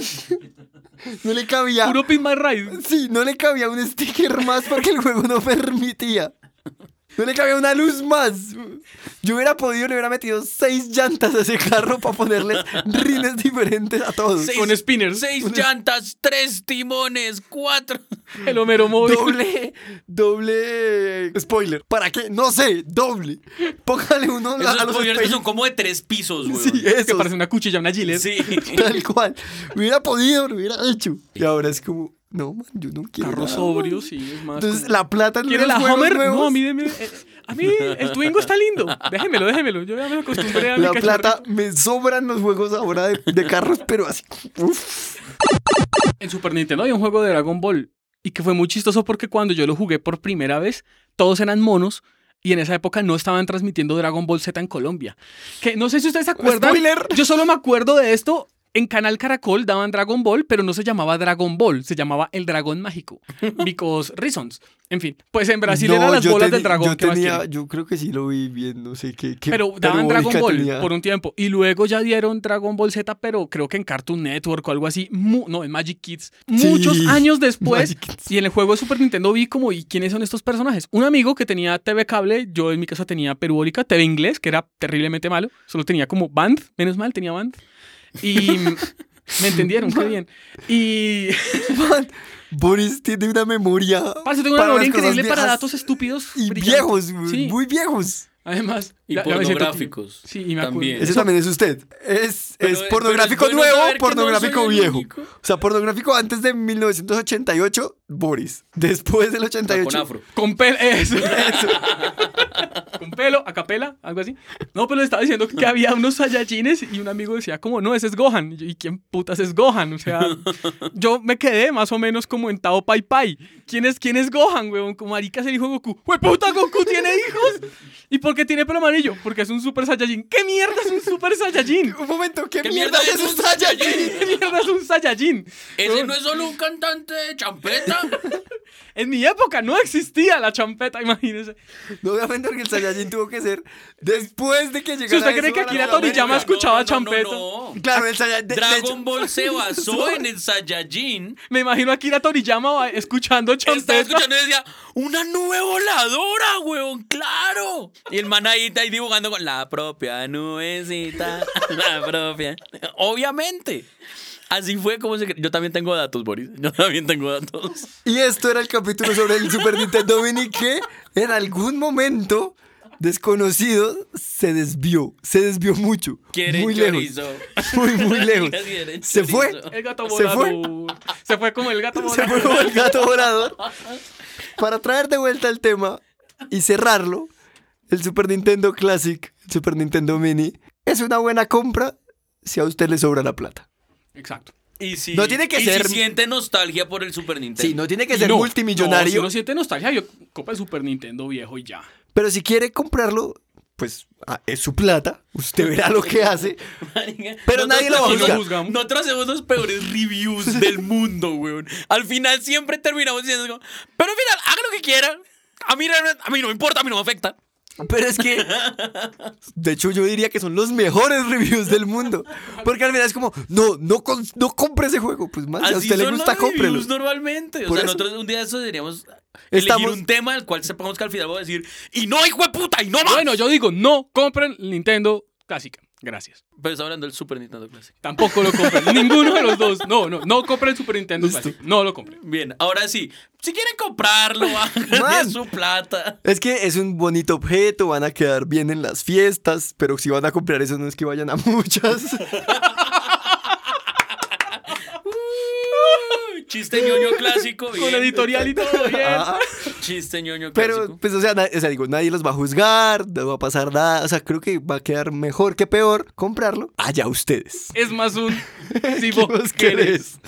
S3: No le cabía.
S2: Puro pin my ride.
S3: Sí, no le cabía un sticker más porque el juego no permitía. No le cabía una luz más. Yo hubiera podido, le hubiera metido seis llantas a ese carro para ponerles rines diferentes a todos.
S4: Seis-
S3: Con
S2: spinners.
S4: Seis llantas, tres timones, cuatro.
S2: El Homero móvil.
S3: Doble, doble eh, spoiler. ¿Para qué? No sé, doble. Póngale uno a-
S4: Esos
S3: a los
S4: spoilers
S3: espejos.
S4: son como de tres pisos, güey.
S3: Sí, esos.
S2: Que parece una cuchilla, una gilet.
S4: Sí.
S3: Tal cual. Hubiera podido, lo hubiera hecho. Y ahora es como, no, man, yo no quiero.
S2: Carro
S3: nada,
S2: sobrio,
S3: man.
S2: sí, es más.
S3: Entonces,
S2: como-
S3: la plata en
S2: ¿Quiere
S3: los
S2: la
S3: juegos
S2: Homer?
S3: nuevos-
S2: No, a mí, deme- eh, a mí el Twingo está lindo. Déjemelo, déjemelo. Yo ya me acostumbré a mi
S3: La
S2: cachorro.
S3: plata, me sobran los juegos ahora de, de carros, pero así. uf.
S2: En Super Nintendo había un juego de Dragon Ball y que fue muy chistoso porque cuando yo lo jugué por primera vez, todos eran monos y en esa época no estaban transmitiendo Dragon Ball Z en Colombia. Que no sé si ustedes se acuerdan.
S3: Spoiler.
S2: Yo solo me acuerdo de esto. En Canal Caracol daban Dragon Ball, pero no se llamaba Dragon Ball, se llamaba El Dragón Mágico. Because reasons. En fin, pues en Brasil
S3: No,
S2: eran las
S3: yo
S2: bolas
S3: teni-
S2: del dragón.
S3: Yo,
S2: ¿qué más
S3: tenía,
S2: quieren?
S3: yo creo que sí lo vi bien, no sé qué. qué
S2: pero daban
S3: parabólica
S2: Dragon Ball
S3: tenía.
S2: por un tiempo y luego ya dieron Dragon Ball Z, pero creo que en Cartoon Network o algo así, mu- no, en Magic Kids,
S3: Sí,
S2: muchos años después.
S3: Magic
S2: Y en el juego de Super Nintendo vi como, ¿y quiénes son estos personajes? Un amigo que tenía TV cable, yo en mi casa tenía Perubólica, TV inglés, que era terriblemente malo, solo tenía como Band, menos mal, tenía Band. Y me entendieron, qué bien. Y
S3: Man, Boris tiene una memoria.
S2: parce, tengo una
S3: para
S2: memoria
S3: las cosas
S2: increíble para
S3: viejas
S2: datos estúpidos
S3: Y
S2: brillantes.
S3: viejos, güey,
S2: Sí,
S3: muy viejos.
S2: además.
S4: Y
S2: ya- ya me siento-
S4: pornográficos.
S2: Sí, y me acuerdo.
S4: también.
S3: Ese también es usted.
S2: eh,
S3: Es,
S4: Pero-
S3: es
S4: pero
S3: pornográfico
S4: es bueno
S3: nuevo,
S4: saber que no
S3: pornográfico
S4: soy el
S3: viejo.
S4: único.
S3: O sea, pornográfico antes de 1988, Boris. Después del
S4: Ah,
S3: 88.
S4: Con afro.
S2: Con pelo, eso, eso. Con pelo, a capela, algo así. No, pero estaba diciendo que había unos Saiyajines y un amigo decía como, no, ese es Gohan. Y, yo, ¿y quién putas es Gohan? O sea, yo me quedé más o menos como en Tao Pai Pai. ¿Quién es, quién es Gohan, weón? Como marica es el hijo de Goku. ¡Hue puta, Goku tiene hijos! ¿Y por qué tiene pelo amarillo? Porque es un Super Saiyajin. ¿Qué mierda es un Super Saiyajin?
S3: Un momento, ¿qué,
S4: ¿Qué
S3: mierda es un Saiyajin?
S2: ¿Qué mierda es un Saiyajin?
S4: Ese no es solo un cantante de champeta.
S2: En mi época no existía la champeta, imagínense.
S3: No voy a ofender que el Saiyajin tuvo que ser después de que llegara.
S2: Si usted cree
S3: eso
S2: que
S3: a la
S2: Akira
S3: Copa
S2: Toriyama
S3: América.
S4: No, no,
S2: escuchaba
S4: no,
S2: champeta.
S4: no, no.
S3: Claro, el Saiyajin. de- de hecho-
S4: Dragon Ball se basó en el Saiyajin.
S2: Me imagino a Kira Toriyama va- escuchando
S4: Estaba
S2: champeta.
S4: escuchando y decía, una nube voladora, weón, claro. Y el man ahí, ahí dibujando con la propia nubecita, la propia. Obviamente. Así fue como se... cre- Yo también tengo datos, Boris. Yo también tengo datos.
S3: Y esto era el capítulo sobre el Super Nintendo Mini que en algún momento desconocido se desvió. Se desvió mucho.
S4: Quiere
S3: muy
S4: chorizo.
S3: lejos. Muy, muy lejos.
S4: Quiere
S3: Se fue.
S4: chorizo.
S2: El gato
S3: Se fue.
S2: volador. Se fue como el gato
S3: Se fue
S2: volador.
S3: como el gato volador. Para traer de vuelta el tema y cerrarlo, el Super Nintendo Classic, el Super Nintendo Mini, es una buena compra si a usted le sobra la plata.
S2: Exacto.
S4: Y si,
S3: No tiene que
S4: y
S3: ser-
S4: Si siente nostalgia por el Super Nintendo.
S3: Sí, no tiene que
S2: Y
S3: ser
S2: no, No, si
S3: multimillonario,
S2: uno siente nostalgia, yo copa el Super Nintendo viejo y ya.
S3: pero si quiere comprarlo, pues ah, es su plata, usted verá lo que hace.
S4: Marica,
S3: Pero nadie lo
S4: hacemos-
S3: juzga.
S2: juzgamos.
S4: Nosotros hacemos los peores reviews del mundo, weón. Al final siempre terminamos diciendo, como, pero al final, haga lo que quiera. A mí, realmente- a mí no me importa, a mí no me afecta.
S3: Pero es que, de hecho, yo diría que son los mejores reviews del mundo. Porque al final es como, no, no, con- no compre ese juego. Pues más, si a
S4: Así
S3: usted le
S4: son
S3: gusta,
S4: los reviews
S3: cómprelo.
S4: normalmente. O
S3: Por
S4: sea,
S3: eso.
S4: nosotros un día de eso deberíamos
S3: Estamos-
S4: elegir un tema al cual sepamos que al final vamos a decir ¡Y no, hijo de puta! ¡Y no más!
S2: Bueno, yo digo, no compren Nintendo Clásica. Gracias.
S4: Pero está hablando del Super Nintendo Classic.
S2: Tampoco lo compren. Ninguno de los dos. No, no. No compren Super Nintendo Classic. No lo compren.
S4: Bien, ahora sí. Si quieren comprarlo, hagan
S3: Man.
S4: de su plata.
S3: Es que es un bonito objeto, van a quedar bien en las fiestas, pero si van a comprar eso no es que vayan a muchas.
S4: Chiste ñoño clásico.
S2: Con
S4: bien.
S2: editorial y todo, bien.
S3: Ah.
S4: Chiste ñoño clásico.
S3: Pero, pues, o sea, na- o sea, digo, nadie los va a juzgar, no va a pasar nada. O sea, creo que va a quedar mejor que peor comprarlo. Allá ustedes.
S2: Es más un.
S3: ¿Qué
S2: Si vos
S3: más
S2: querés.
S3: querés?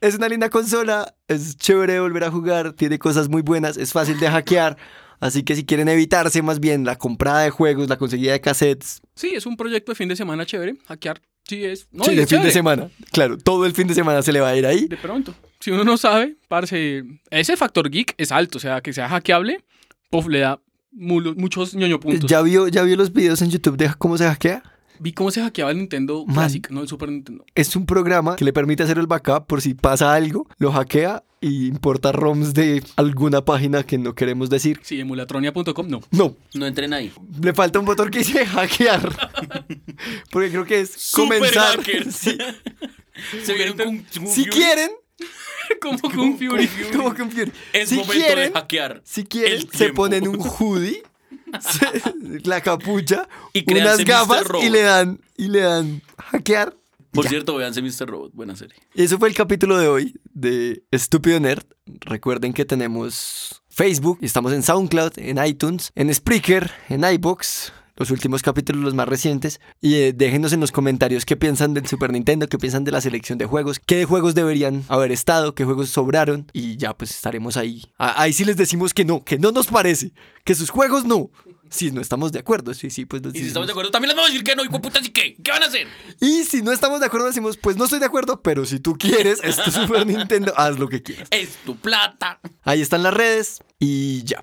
S3: Es una linda consola, es chévere volver a jugar, tiene cosas muy buenas, es fácil de hackear. Así que si quieren evitarse más bien la comprada de juegos, la conseguida de cassettes,
S2: Sí, es un proyecto de fin de semana chévere. Hackear. Sí, es. No,
S3: sí,
S2: y
S3: de
S2: es
S3: fin de
S2: chévere.
S3: semana. Claro, todo el fin de semana se le va a ir ahí.
S2: De pronto. Si uno no sabe, parce, ese factor geek es alto. O sea, que sea hackeable, puff, le da mulo- muchos ñoño puntos.
S3: ¿Ya vio, ¿Ya vio los videos en YouTube de cómo se hackea?
S2: Vi cómo se hackeaba el Nintendo
S3: Man.
S2: Classic, no el Super Nintendo.
S3: Es un programa que le permite hacer el backup por si pasa algo, lo hackea y importa ROMs de alguna página que no queremos decir.
S2: Sí, emulatronia.com, no.
S3: No,
S4: No entren ahí.
S3: le falta un botón que dice hackear. Porque creo que es
S4: Super
S3: comenzar.
S4: hacker.
S3: Sí.
S4: Se vieron con
S3: Si quieren,
S2: Como Kung Fury.
S3: como que un fiel.
S4: Es
S3: si
S4: momento
S3: quieren,
S4: de hackear.
S3: si quieren,
S4: el
S3: se
S4: tiempo.
S3: ponen un hoodie, se- la capucha,
S4: Y créanse
S3: unas
S4: Mr.
S3: gafas y
S4: Robot.
S3: le dan, y le dan hackear.
S4: Por cierto, véanse Mr. Robot. Buena serie.
S3: Y eso fue el capítulo de hoy de Estúpido Nerd. Recuerden que tenemos Facebook, y estamos en SoundCloud, en iTunes, en Spreaker, en iBox. Los últimos capítulos, los más recientes. Y eh, déjenos en los comentarios qué piensan del Super Nintendo, qué piensan de la selección de juegos, qué juegos deberían haber estado, qué juegos sobraron. Y ya pues estaremos ahí. A- ahí sí les decimos que no, que no nos parece, que sus juegos no. Si no estamos de acuerdo, sí, sí, pues nos
S4: Y si
S3: decimos-
S4: estamos de acuerdo, también les vamos a decir que no, hijo de puta, ¿y qué? ¿Qué van a hacer?
S3: y si no estamos de acuerdo, decimos, pues no estoy de acuerdo, pero si tú quieres, esto es Super Nintendo, haz lo que quieras.
S4: Es tu plata.
S3: Ahí están las redes y ya.